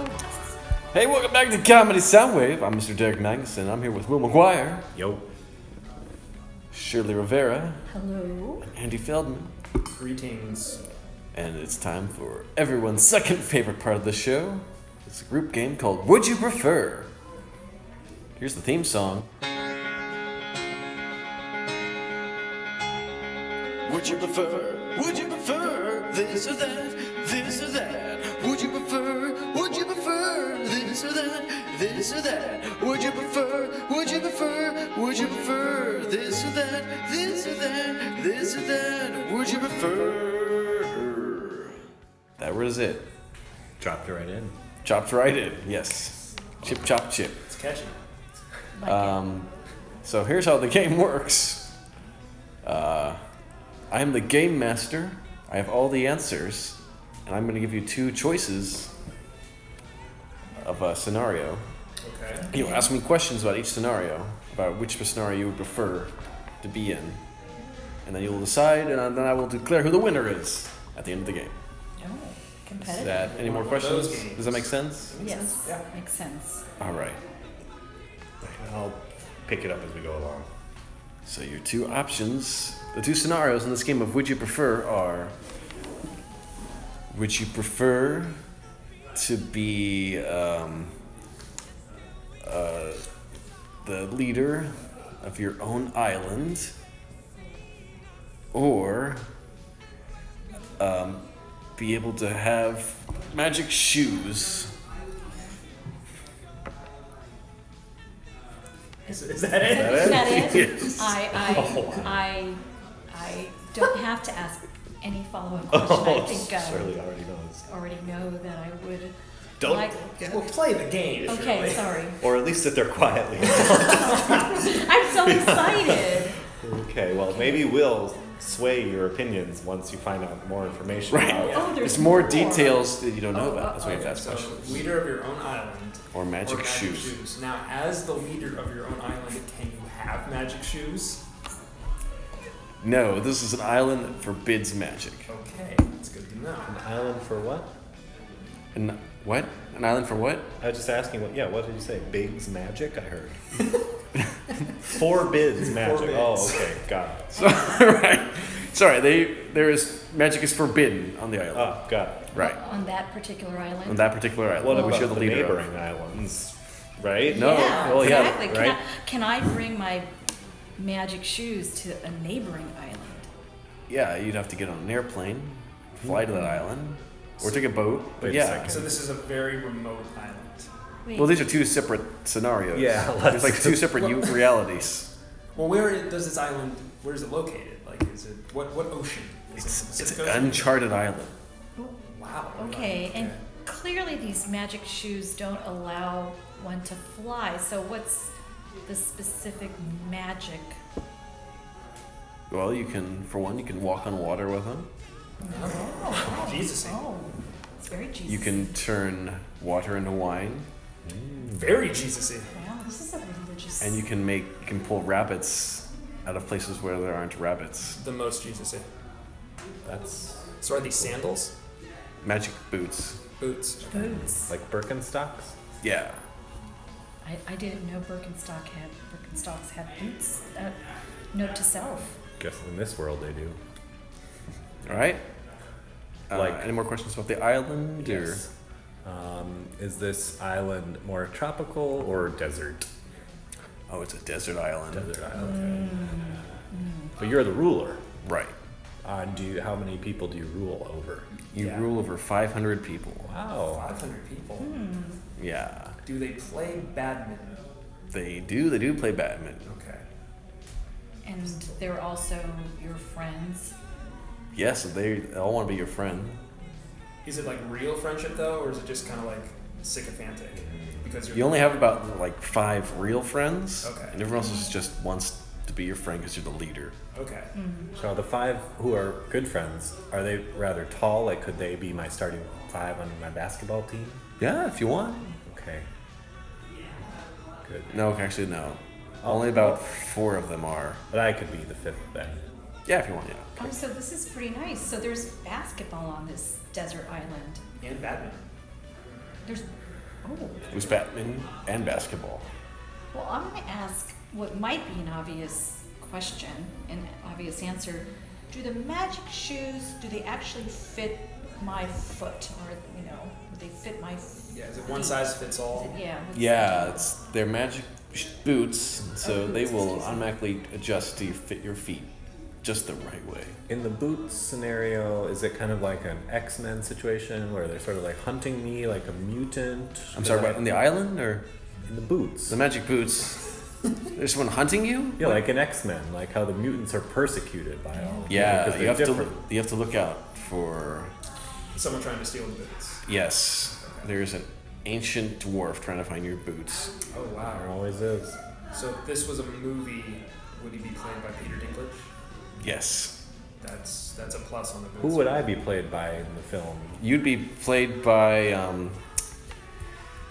Speaker 5: Oh,
Speaker 2: Hey, welcome back to Comedy Soundwave. I'm Mr. Derek Magnuson. I'm here with Will McGuire. Yo. Shirley Rivera.
Speaker 5: Hello.
Speaker 2: Andy Feldman.
Speaker 6: Greetings.
Speaker 2: And it's time for everyone's second favorite part of the show. It's a group game called Would You Prefer? Here's the theme song.
Speaker 4: Would you prefer? Would you prefer this or that? This or that? Would you prefer? Would you prefer this or that? This or that? Would you prefer? Would you prefer? Would you prefer this or that? This or that? This or that? Would you prefer?
Speaker 2: That was it.
Speaker 3: Dropped it right in.
Speaker 2: Chopped right in, yes. Chip, chop, chip. It's
Speaker 6: catchy.
Speaker 2: Um, so here's how the game works uh, I am the game master, I have all the answers, and I'm going to give you two choices of a scenario.
Speaker 6: Okay.
Speaker 2: You ask me questions about each scenario, about which scenario you would prefer to be in, and then you'll decide, and then I will declare who the winner is at the end of the game. Is
Speaker 5: Oh, Competitive.
Speaker 2: that any more
Speaker 6: One of those
Speaker 2: questions?
Speaker 6: games.
Speaker 2: Does that make sense?
Speaker 5: Yes. Makes sense.
Speaker 2: All right.
Speaker 3: I'll pick it up as we go along.
Speaker 2: So your two options, the two scenarios in this game of would you prefer are would you prefer to be um, uh, the leader of your own island or um, be able to have magic shoes?
Speaker 6: Is, is that it?
Speaker 5: Is that it?
Speaker 2: Yes.
Speaker 5: I, I,
Speaker 2: Oh, wow.
Speaker 5: I, I don't have to ask any follow-up question.
Speaker 3: Oh,
Speaker 5: I think uh,
Speaker 3: Shirley already knows.
Speaker 5: already know that I would.
Speaker 3: Don't-
Speaker 5: Like,
Speaker 6: Well, play the game.
Speaker 5: Okay,
Speaker 6: Shirley.
Speaker 5: sorry.
Speaker 3: Or at least sit there quietly.
Speaker 5: I'm
Speaker 6: [laughs]
Speaker 5: so excited.
Speaker 3: okay, well, maybe we'll sway your opinions once you find out more information.
Speaker 2: Right.
Speaker 3: about it.
Speaker 5: Oh,
Speaker 2: there's Uh, It's more more. details that you don't know about. That's why you have to ask
Speaker 6: so
Speaker 2: questions.
Speaker 6: Leader of your own island.
Speaker 2: Or magic shoes.
Speaker 6: Now, as the leader of your own island, can you have magic shoes?
Speaker 2: No, this is an island that forbids magic.
Speaker 6: Okay, that's good to know.
Speaker 3: An [laughs] island for what?
Speaker 2: An, what? An island for what? [laughs]
Speaker 3: I was just asking what, yeah, what did you say? Big's magic, I heard. [laughs] Four bids magic. Oh,
Speaker 2: bids.
Speaker 3: okay, got it.
Speaker 2: So, right. Sorry, they there is magic is forbidden on the island.
Speaker 3: Oh, got it.
Speaker 2: Right.
Speaker 5: On that particular island.
Speaker 2: On that particular island,
Speaker 3: What
Speaker 2: which
Speaker 3: about
Speaker 2: you're the,
Speaker 3: the
Speaker 2: leader of.
Speaker 3: neighboring islands? Right?
Speaker 2: No.
Speaker 5: Yeah,
Speaker 2: well, yeah,
Speaker 5: exactly. Can,
Speaker 2: right?
Speaker 5: I, can I bring my magic shoes to a neighboring island?
Speaker 2: Yeah, you'd have to get on an airplane, fly to that island, or take a boat. But
Speaker 3: Hmm. Wait a
Speaker 2: yeah.
Speaker 3: second.
Speaker 6: So this is a very remote island.
Speaker 2: well, these are two separate scenarios.
Speaker 3: Yeah,
Speaker 2: It's
Speaker 3: let's-
Speaker 2: like
Speaker 3: [laughs]
Speaker 2: two separate u- realities.
Speaker 6: Well, where i- does this island? Where is it located? Like, is it what? What ocean? Is it's,
Speaker 2: It's an uncharted island.
Speaker 6: Wow.
Speaker 5: Okay, and clearly these magic shoes don't allow one to fly. So what's the specific magic?
Speaker 2: Well, you can, for one, you can walk on water with them.
Speaker 5: Oh,
Speaker 6: Jesus.
Speaker 5: Oh, it's very Jesus.
Speaker 2: You can turn water into wine,
Speaker 6: Very Jesus-y.
Speaker 5: Wow, this is a religious.
Speaker 2: and you can make you can pull rabbits out of places where there aren't rabbits.
Speaker 6: The most Jesus-y.
Speaker 3: That's
Speaker 6: So are these sandals?
Speaker 2: Magic boots.
Speaker 6: Boots.
Speaker 5: Boots.
Speaker 3: like Birkenstocks?
Speaker 2: Yeah.
Speaker 5: I, I didn't know Birkenstock had Birkenstocks had boots. Uh, note to self.
Speaker 3: Guess in this world they do.
Speaker 2: All right. Like, Uh, any more questions about the island?
Speaker 3: Yes. Um, is this island more tropical or desert?
Speaker 2: Oh, it's a desert island.
Speaker 3: Desert island. Mm. But you're the ruler,
Speaker 2: right?
Speaker 3: Uh, do you, how many people do you rule over? Oh,
Speaker 2: You rule over 500 people.
Speaker 3: Wow.
Speaker 4: 500 people.
Speaker 2: Yeah.
Speaker 4: Do they play badminton?
Speaker 2: They do. They do play badminton.
Speaker 4: Okay.
Speaker 5: And they're also your friends.
Speaker 2: Yes, they all want to be your friend.
Speaker 4: Is it like real friendship though, or is it just kind of like sycophantic? Because you're
Speaker 2: You only have about like five real friends.
Speaker 4: Okay.
Speaker 2: And everyone else is just wants to be your friend because you're the leader.
Speaker 4: Okay.
Speaker 3: So the five who are good friends are they rather tall? Like, could they be my starting five on my basketball team?
Speaker 2: Yeah, if you want.
Speaker 3: Okay. Good.
Speaker 2: No, actually, no. Only about four of them are.
Speaker 3: But I could be the fifth then.
Speaker 2: Yeah, if you want. Yeah.
Speaker 5: Oh, so this is pretty nice. So there's basketball on this desert island.
Speaker 4: And badminton.
Speaker 5: There's. Oh.
Speaker 2: There's badminton and basketball.
Speaker 5: Well, I'm going to ask what might be an obvious question, an obvious answer. Do the magic shoes, do they actually fit my foot? Or, you know, do they fit my
Speaker 4: Yeah, is it one size fits all?
Speaker 5: Yeah. what's-
Speaker 2: Yeah, it's their magic sh- boots, so they will automatically adjust to your- fit your feet just the right way.
Speaker 3: In the boots scenario, is it kind of like an X Men situation where they're sort of like hunting me like a mutant?
Speaker 2: I'm sorry, what, on the island or
Speaker 3: in the boots?
Speaker 2: The magic [laughs] boots. There's someone hunting you.
Speaker 3: Yeah, like in X Men, like how the mutants are persecuted by all.
Speaker 2: Yeah,
Speaker 3: because
Speaker 2: you have
Speaker 3: they're
Speaker 2: to
Speaker 3: different.
Speaker 2: you have to look out for
Speaker 4: Someone trying to steal the boots.
Speaker 2: yes. There's an ancient dwarf trying to find your boots.
Speaker 4: Oh
Speaker 3: There
Speaker 4: wow.
Speaker 3: always is.
Speaker 4: So if this was a movie, would he be played by Peter Dinklage?
Speaker 2: Yes,
Speaker 4: That's that's a plus on the boots.
Speaker 3: Who would I be played by in the film?
Speaker 2: you'd be played by um,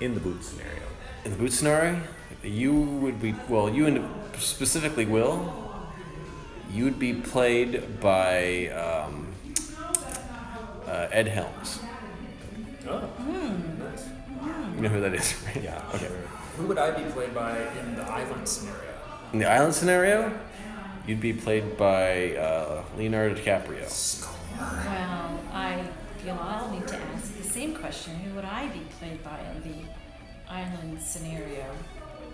Speaker 3: In the boot scenario.
Speaker 2: in the boot scenario. You would be well. You and specifically will. You'd be played by um, uh, Ed Helms. Hmm.
Speaker 4: Oh. Nice.
Speaker 2: You know who that is, right?
Speaker 3: Yeah.
Speaker 2: Okay.
Speaker 4: Who would I be played by in the island scenario?
Speaker 2: In the island scenario, you'd be played by uh, Leonardo DiCaprio.
Speaker 5: Well, I feel I'll need to ask the same question. Who would I be played by in the island scenario?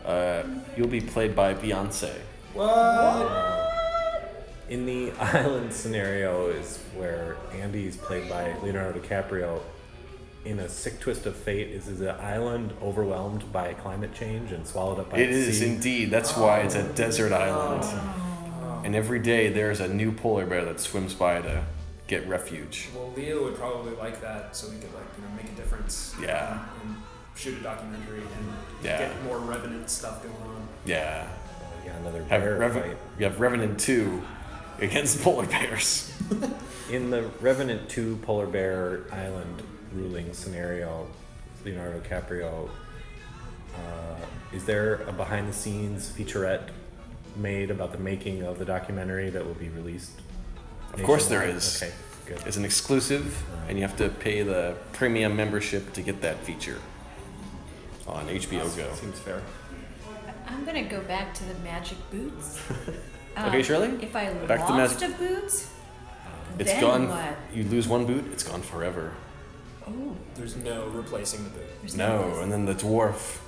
Speaker 2: Uh, you'll be played by Beyonce.
Speaker 3: In the [laughs] island scenario is where Andy's played by Leonardo DiCaprio. In a sick twist of fate, is is the island overwhelmed by climate change and swallowed up by
Speaker 2: It
Speaker 3: the
Speaker 2: is
Speaker 3: sea?
Speaker 2: indeed. That's why it's a desert island. And every day there's a new polar bear that swims by to get refuge.
Speaker 4: Well, Leo would probably like that, so we could like you know make a difference.
Speaker 2: Yeah.
Speaker 4: And, and shoot a documentary and
Speaker 2: Yeah.
Speaker 4: get more revenant stuff going on.
Speaker 2: Yeah.
Speaker 3: Yeah, another
Speaker 2: Have
Speaker 3: bear
Speaker 2: Reven-
Speaker 3: fight.
Speaker 2: you have Revenant 2 against [laughs] polar bears.
Speaker 3: In the Revenant 2 polar bear island ruling scenario, Leonardo DiCaprio, uh, is there a behind the scenes featurette made about the making of the documentary that will be released?
Speaker 2: Of course there
Speaker 3: nationwide?
Speaker 2: is.
Speaker 3: Okay, good.
Speaker 2: It's an exclusive, and you have to pay the premium membership to get that feature on HBO Go.
Speaker 3: Seems fair.
Speaker 5: I'm gonna go back to the magic boots.
Speaker 3: Uh,
Speaker 5: Um,
Speaker 2: [laughs] Okay, Shirley?
Speaker 5: If I
Speaker 2: Back to
Speaker 5: lost
Speaker 2: magic-
Speaker 5: a boot,
Speaker 2: It's
Speaker 5: then
Speaker 2: gone.
Speaker 5: what?
Speaker 2: You lose one boot, it's gone forever.
Speaker 5: Oh,
Speaker 4: There's no replacing the boot.
Speaker 5: there's
Speaker 2: No, and then the dwarf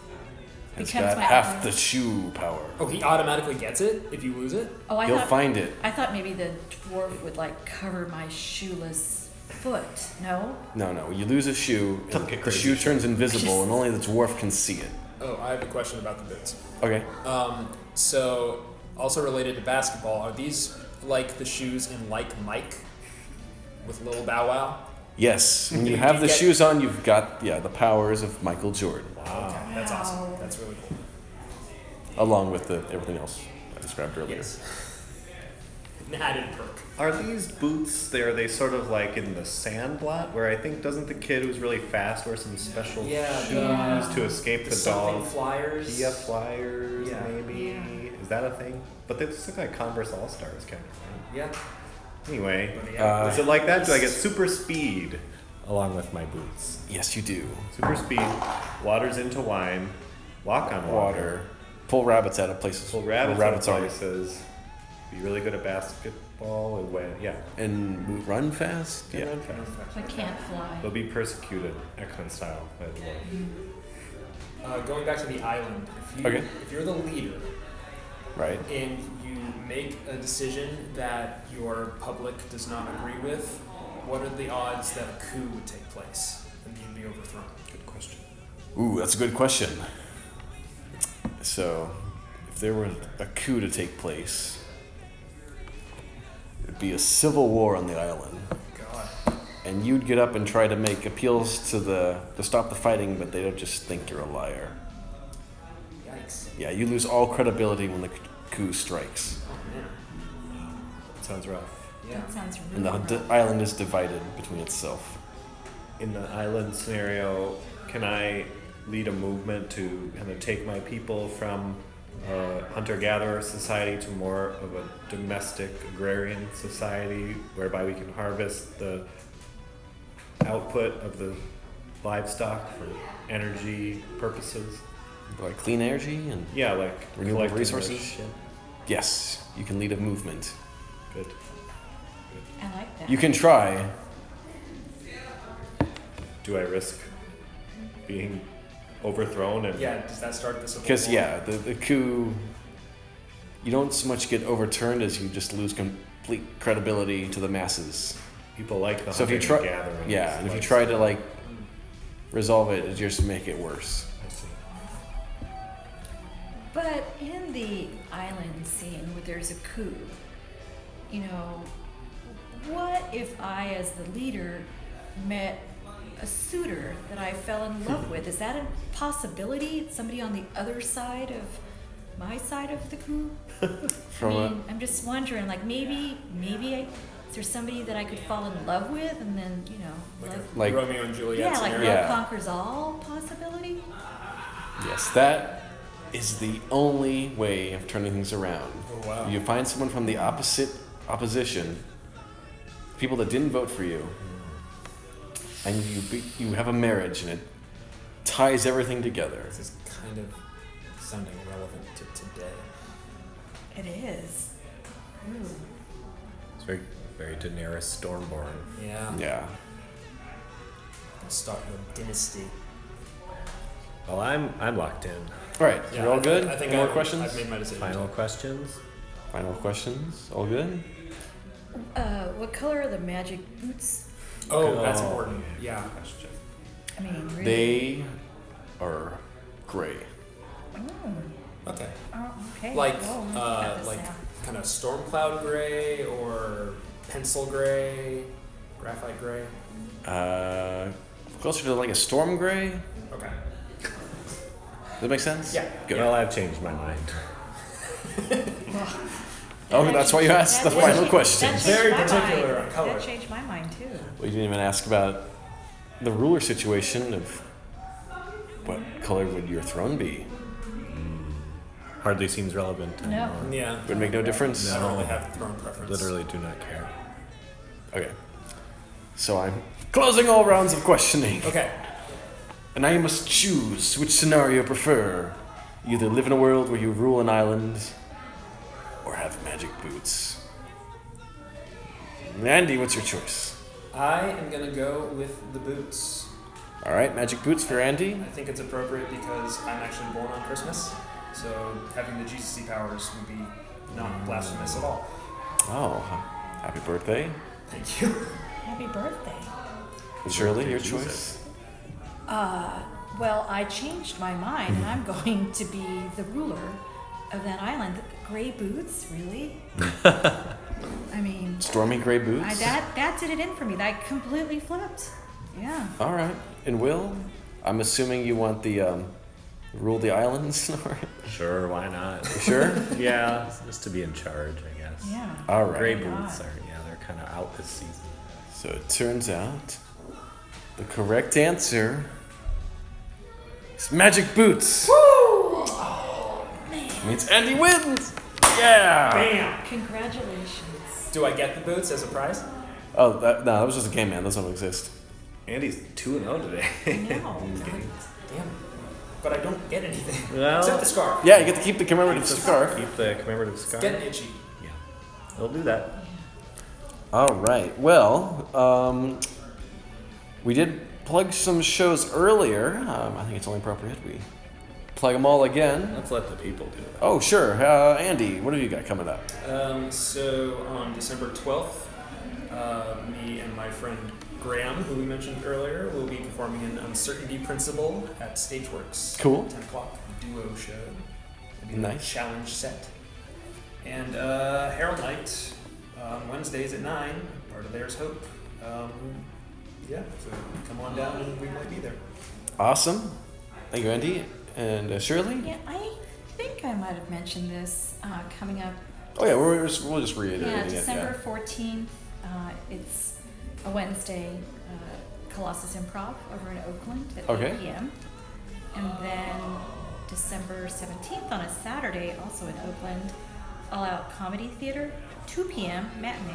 Speaker 2: has
Speaker 5: Becomes
Speaker 2: got
Speaker 5: my
Speaker 2: half
Speaker 5: ally.
Speaker 2: the shoe power.
Speaker 4: Oh, he automatically gets it if you lose it.
Speaker 5: Oh, I
Speaker 2: You'll
Speaker 5: thought,
Speaker 2: find it.
Speaker 5: I thought maybe the dwarf would like cover my shoeless foot. No.
Speaker 2: No, no, you lose a shoe, and
Speaker 3: get
Speaker 2: the
Speaker 3: crazy.
Speaker 2: shoe turns invisible, and only the dwarf can see it.
Speaker 4: Oh, I have a question about the boots.
Speaker 2: Okay.
Speaker 4: Um, so, also related to basketball, are these like the shoes in Like Mike with Lil Bow Wow?
Speaker 2: Yes, when you
Speaker 4: You
Speaker 2: have
Speaker 4: do
Speaker 2: the
Speaker 4: get-
Speaker 2: shoes on, you've got yeah the powers of Michael Jordan,
Speaker 4: Okay, that's awesome. That's really cool.
Speaker 2: along with the everything else I described earlier.
Speaker 6: [laughs]
Speaker 4: An added perk.
Speaker 3: Are these boots there? Are they sort of like in the sandlot where I think doesn't the kid who's really fast wear some special
Speaker 4: Yeah,
Speaker 3: shoes
Speaker 4: the- uh,
Speaker 3: to escape the,
Speaker 4: The something
Speaker 3: dog?
Speaker 4: flyers.
Speaker 3: Kia Flyers,
Speaker 4: Yeah.
Speaker 3: maybe. Is that a thing? But they just look like Converse All Stars, kind of.
Speaker 4: Yeah.
Speaker 3: Right? Anyway,
Speaker 4: But yeah,
Speaker 2: Uh,
Speaker 3: is it like that? Do I get super speed along with my boots?
Speaker 2: Yes, you do.
Speaker 3: Super speed, waters into wine, walk on water,
Speaker 2: Water, pull rabbits out of places.
Speaker 3: pull
Speaker 2: where
Speaker 3: rabbits, out of
Speaker 2: aren't.
Speaker 3: places, be really good at basketball. ball and when, yeah.
Speaker 2: And move- run fast?
Speaker 3: Can
Speaker 2: Yeah.
Speaker 3: run fast.
Speaker 5: But can't fly.
Speaker 3: They'll be persecuted, X-Men style, by the way.
Speaker 6: Uh, going back to the island, if, you,
Speaker 2: Okay.
Speaker 6: if you're the leader
Speaker 2: Right.
Speaker 6: and you make a decision that your public does not agree with, what are the odds that a coup would take place and you'd be overthrown? Good question.
Speaker 2: Ooh, that's a good question. So, if there were a coup to take place, it'd be a civil war on the island. And you'd get up and try to make appeals to the to stop the fighting, but they don't just think you're a liar.
Speaker 6: Yikes.
Speaker 2: Yeah, you lose all credibility when the c- coup strikes. Sounds rough.
Speaker 6: Yeah.
Speaker 5: That sounds really
Speaker 2: And the
Speaker 5: rough.
Speaker 2: d- island is divided between itself.
Speaker 3: in the island scenario, can I lead a movement to kind of take my people from a hunter gatherer society to more of a domestic agrarian society whereby we can harvest the output of the livestock for energy purposes?
Speaker 2: Like clean energy and
Speaker 3: Yeah, like
Speaker 2: renewable
Speaker 3: collecting
Speaker 2: resources.
Speaker 3: this shit.
Speaker 2: Yes, you can lead a movement.
Speaker 3: Good.
Speaker 5: I like that.
Speaker 2: You can try.
Speaker 3: Do I risk being overthrown and
Speaker 6: Yeah, does that start the civil
Speaker 2: Because
Speaker 6: war?
Speaker 2: yeah, the, the coup. You don't so much get overturned as you just lose complete credibility to the masses.
Speaker 3: People like the
Speaker 2: so if you try,
Speaker 3: hunting and gathering
Speaker 2: yeah, and if you
Speaker 3: likes-
Speaker 2: try to like resolve it, it just make it worse.
Speaker 3: I see.
Speaker 5: But in the island scene where there's a coup, you know, what if I, as the leader, met a suitor that I fell in love with? Is that a possibility? Somebody on the other side of my side of the coup?
Speaker 2: From
Speaker 5: I
Speaker 2: a-
Speaker 5: mean, i I'm just wondering, like maybe, maybe I, is there somebody that I could fall in love with, and then you know, like,
Speaker 2: Like-
Speaker 6: Romeo and Juliet
Speaker 5: yeah, like
Speaker 2: scenario. Yeah.
Speaker 5: love conquers all possibility.
Speaker 2: Yes, that is the only way of turning things around.
Speaker 6: Oh, wow.
Speaker 2: You find someone from the opposite opposition, people that didn't vote for you, and you be, you have a marriage, and it ties everything together.
Speaker 6: This is kind of sounding relevant to today.
Speaker 5: It is. Ooh.
Speaker 13: It's very, very Daenerys Stormborn.
Speaker 6: Yeah.
Speaker 2: Yeah.
Speaker 6: Gonna start your dynasty.
Speaker 13: Well, I'm I'm locked in.
Speaker 2: All right,
Speaker 6: Yeah,
Speaker 2: we're all
Speaker 6: I
Speaker 2: good.
Speaker 6: think- I think
Speaker 2: Any more
Speaker 6: I've-
Speaker 2: questions?
Speaker 6: I've made my decision.
Speaker 13: Final questions.
Speaker 2: Final questions. All good.
Speaker 5: Uh, what color are the magic boots?
Speaker 6: Oh,
Speaker 2: Oh,
Speaker 6: that's important.
Speaker 2: yeah.
Speaker 6: Yeah.
Speaker 5: I mean, really?
Speaker 2: They are gray.
Speaker 5: Oh.
Speaker 6: Okay.
Speaker 5: Oh, okay.
Speaker 6: Like,
Speaker 5: Well, we'll cut
Speaker 6: uh,
Speaker 5: this
Speaker 6: like
Speaker 5: out.
Speaker 6: kind of storm cloud gray or pencil gray, graphite gray.
Speaker 2: Uh, closer to like a storm gray.
Speaker 6: Okay.
Speaker 2: Does that make sense?
Speaker 6: Yeah.
Speaker 2: Good.
Speaker 13: Well, I've changed my mind.
Speaker 2: Oh, that's why you asked the
Speaker 5: That
Speaker 2: final
Speaker 5: changed-
Speaker 2: question.
Speaker 5: that changed
Speaker 6: Very
Speaker 5: my
Speaker 6: particular
Speaker 5: mind.
Speaker 6: on color.
Speaker 5: That changed my mind too.
Speaker 2: We didn't even ask about the ruler situation of what color would your throne be?
Speaker 13: Hardly seems relevant.
Speaker 5: No.
Speaker 13: anymore.
Speaker 6: Yeah.
Speaker 2: Would make no difference.
Speaker 6: I don't really have a throne preference.
Speaker 13: Literally, do not care.
Speaker 2: Okay. So I'm closing all rounds of questioning.
Speaker 6: Okay.
Speaker 2: And now you must choose which scenario you prefer. You either live in a world where you rule an island or have magic boots. Andy, what's your choice?
Speaker 6: I am gonna go with the boots.
Speaker 2: All right, magic boots for Andy.
Speaker 6: I think it's appropriate because I'm actually born on Christmas, so having the GCC powers would be not blasphemous at all.
Speaker 2: Oh, happy birthday.
Speaker 6: Thank you.
Speaker 5: Happy birthday.
Speaker 2: Shirley, your
Speaker 13: Jesus.
Speaker 2: choice.
Speaker 5: Uh, well, I changed my mind, and I'm going to be the ruler of that island. Gray boots, really? I mean,
Speaker 2: Stormy gray boots.
Speaker 5: I, that that did it in for me. That completely flipped. Yeah.
Speaker 2: All right. And Will, I'm assuming you want the um, rule the [laughs] islands scenario.
Speaker 13: Sure, why not?
Speaker 2: You sure?
Speaker 13: [laughs] yeah, just to be in charge, I guess.
Speaker 5: Yeah.
Speaker 2: [laughs] All right.
Speaker 13: Gray
Speaker 5: Why not?
Speaker 13: boots are yeah, they're kind of out this season.
Speaker 2: So it turns out the correct answer is magic boots.
Speaker 5: Woo!
Speaker 2: Means Andy wins. Yeah.
Speaker 6: Bam!
Speaker 5: Congratulations.
Speaker 6: Do I get the boots as a prize?
Speaker 2: Oh that, no, that was just a game, man. Those don't exist.
Speaker 3: Andy's 2 0 today.
Speaker 5: No.
Speaker 6: Damn. But I don't get
Speaker 13: [laughs]
Speaker 6: anything.
Speaker 13: Well-
Speaker 6: Except the scarf.
Speaker 2: Yeah, you get to keep the commemorative scarf.
Speaker 13: Keep the commemorative scarf.
Speaker 6: It's getting itchy.
Speaker 13: They'll do that.
Speaker 2: All right. Well, um, we did plug some shows earlier. Um, I think it's only appropriate we plug them all again.
Speaker 3: Let's let the people do it.
Speaker 2: Oh, sure. Uh, Andy, what have you got coming up?
Speaker 10: Um, so on December 12th, uh, me and my friend Graham, who we mentioned earlier, will be performing an Uncertainty Principle at Stageworks.
Speaker 2: Cool.
Speaker 10: 10 o'clock duo show. It'll be
Speaker 2: Nice.
Speaker 10: A challenge set. And uh, Harold Knight on Wednesdays at 9, part of There's Hope. Um, yeah, so come on down and we might be there.
Speaker 2: Awesome. Thank you, Andy. And uh, Shirley?
Speaker 5: Yeah, I think I might have mentioned this uh, coming up.
Speaker 2: Oh, yeah, we're, we're just, we'll just reiterate
Speaker 5: Yeah,
Speaker 2: it.
Speaker 5: December
Speaker 2: yeah.
Speaker 5: 14th. Uh, it's a Wednesday uh, Colossus Improv over in Oakland at
Speaker 2: Okay.
Speaker 5: 8 p.m. And then December 17th on a Saturday, also in Oakland, All Out Comedy Theater, 2 p.m. matinee.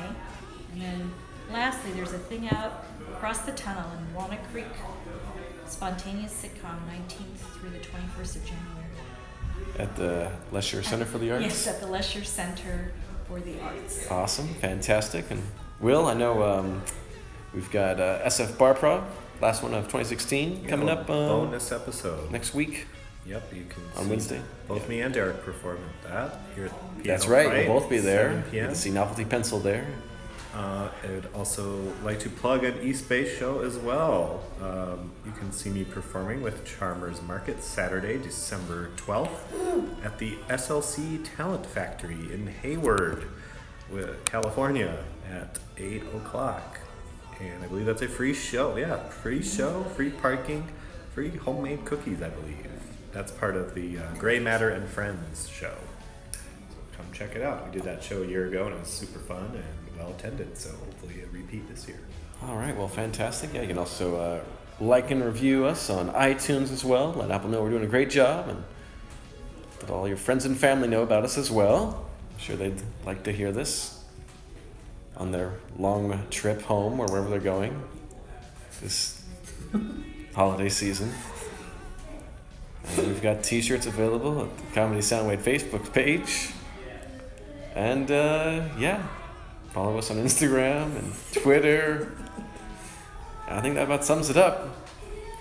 Speaker 5: And then lastly, there's a thing out across the tunnel in Walnut Creek, spontaneous sitcom, 19th through the 21st of January.
Speaker 2: At the Lesher Center for the Arts?
Speaker 5: Yes, at the Lesher Center for the Arts.
Speaker 2: Awesome, fantastic. And Will, I know um, we've got uh, SF Bar Pro, last one of 2016, coming
Speaker 3: Yeah,
Speaker 2: up. Um,
Speaker 3: bonus episode.
Speaker 2: Next week.
Speaker 3: Yep, you can
Speaker 2: On
Speaker 3: see
Speaker 2: Wednesday.
Speaker 3: Both me and Derek performing that. Here at
Speaker 2: That's
Speaker 3: Piano
Speaker 2: right,
Speaker 3: Friday,
Speaker 2: we'll both be there.
Speaker 3: 7
Speaker 2: You
Speaker 3: PM.
Speaker 2: can see Novelty Pencil there.
Speaker 3: Uh, I would also like to plug an East Bay show as well. Um, you can see me performing with Charmers Market Saturday, December 12th at the SLC Talent Factory in Hayward, wi- California at 8 o'clock. And I believe that's a free show. Yeah, free show, free parking, free homemade cookies, I believe. That's part of the uh, Gray Matter and Friends show come check it out. We did that show a year ago and it was super fun and well attended, so hopefully a repeat this year.
Speaker 2: All right, well, fantastic. Yeah, you can also uh, like and review us on iTunes as well. Let Apple know we're doing a great job and let all your friends and family know about us as well. I'm sure they'd like to hear this on their long trip home or wherever they're going this holiday season. And we've got t shirts available at the Comedy Soundwave Facebook page. And uh, yeah, follow us on Instagram and Twitter. I think that about sums it up.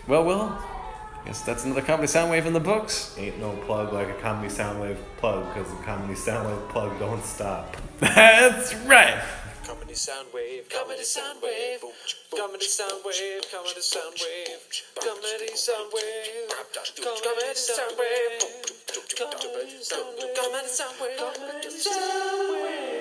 Speaker 2: Well, Will, I guess that's another Comedy Soundwave in the books. [laughs]
Speaker 3: Ain't no plug like a Comedy Soundwave plug because the Comedy Soundwave plug don't stop.
Speaker 2: That's right.
Speaker 4: Comedy Soundwave, Comedy Soundwave, Comedy Soundwave, Comedy Soundwave, Comedy Soundwave, Comedy Soundwave, Comedy Soundwave, Comedy Soundwave, Comedy Soundwave.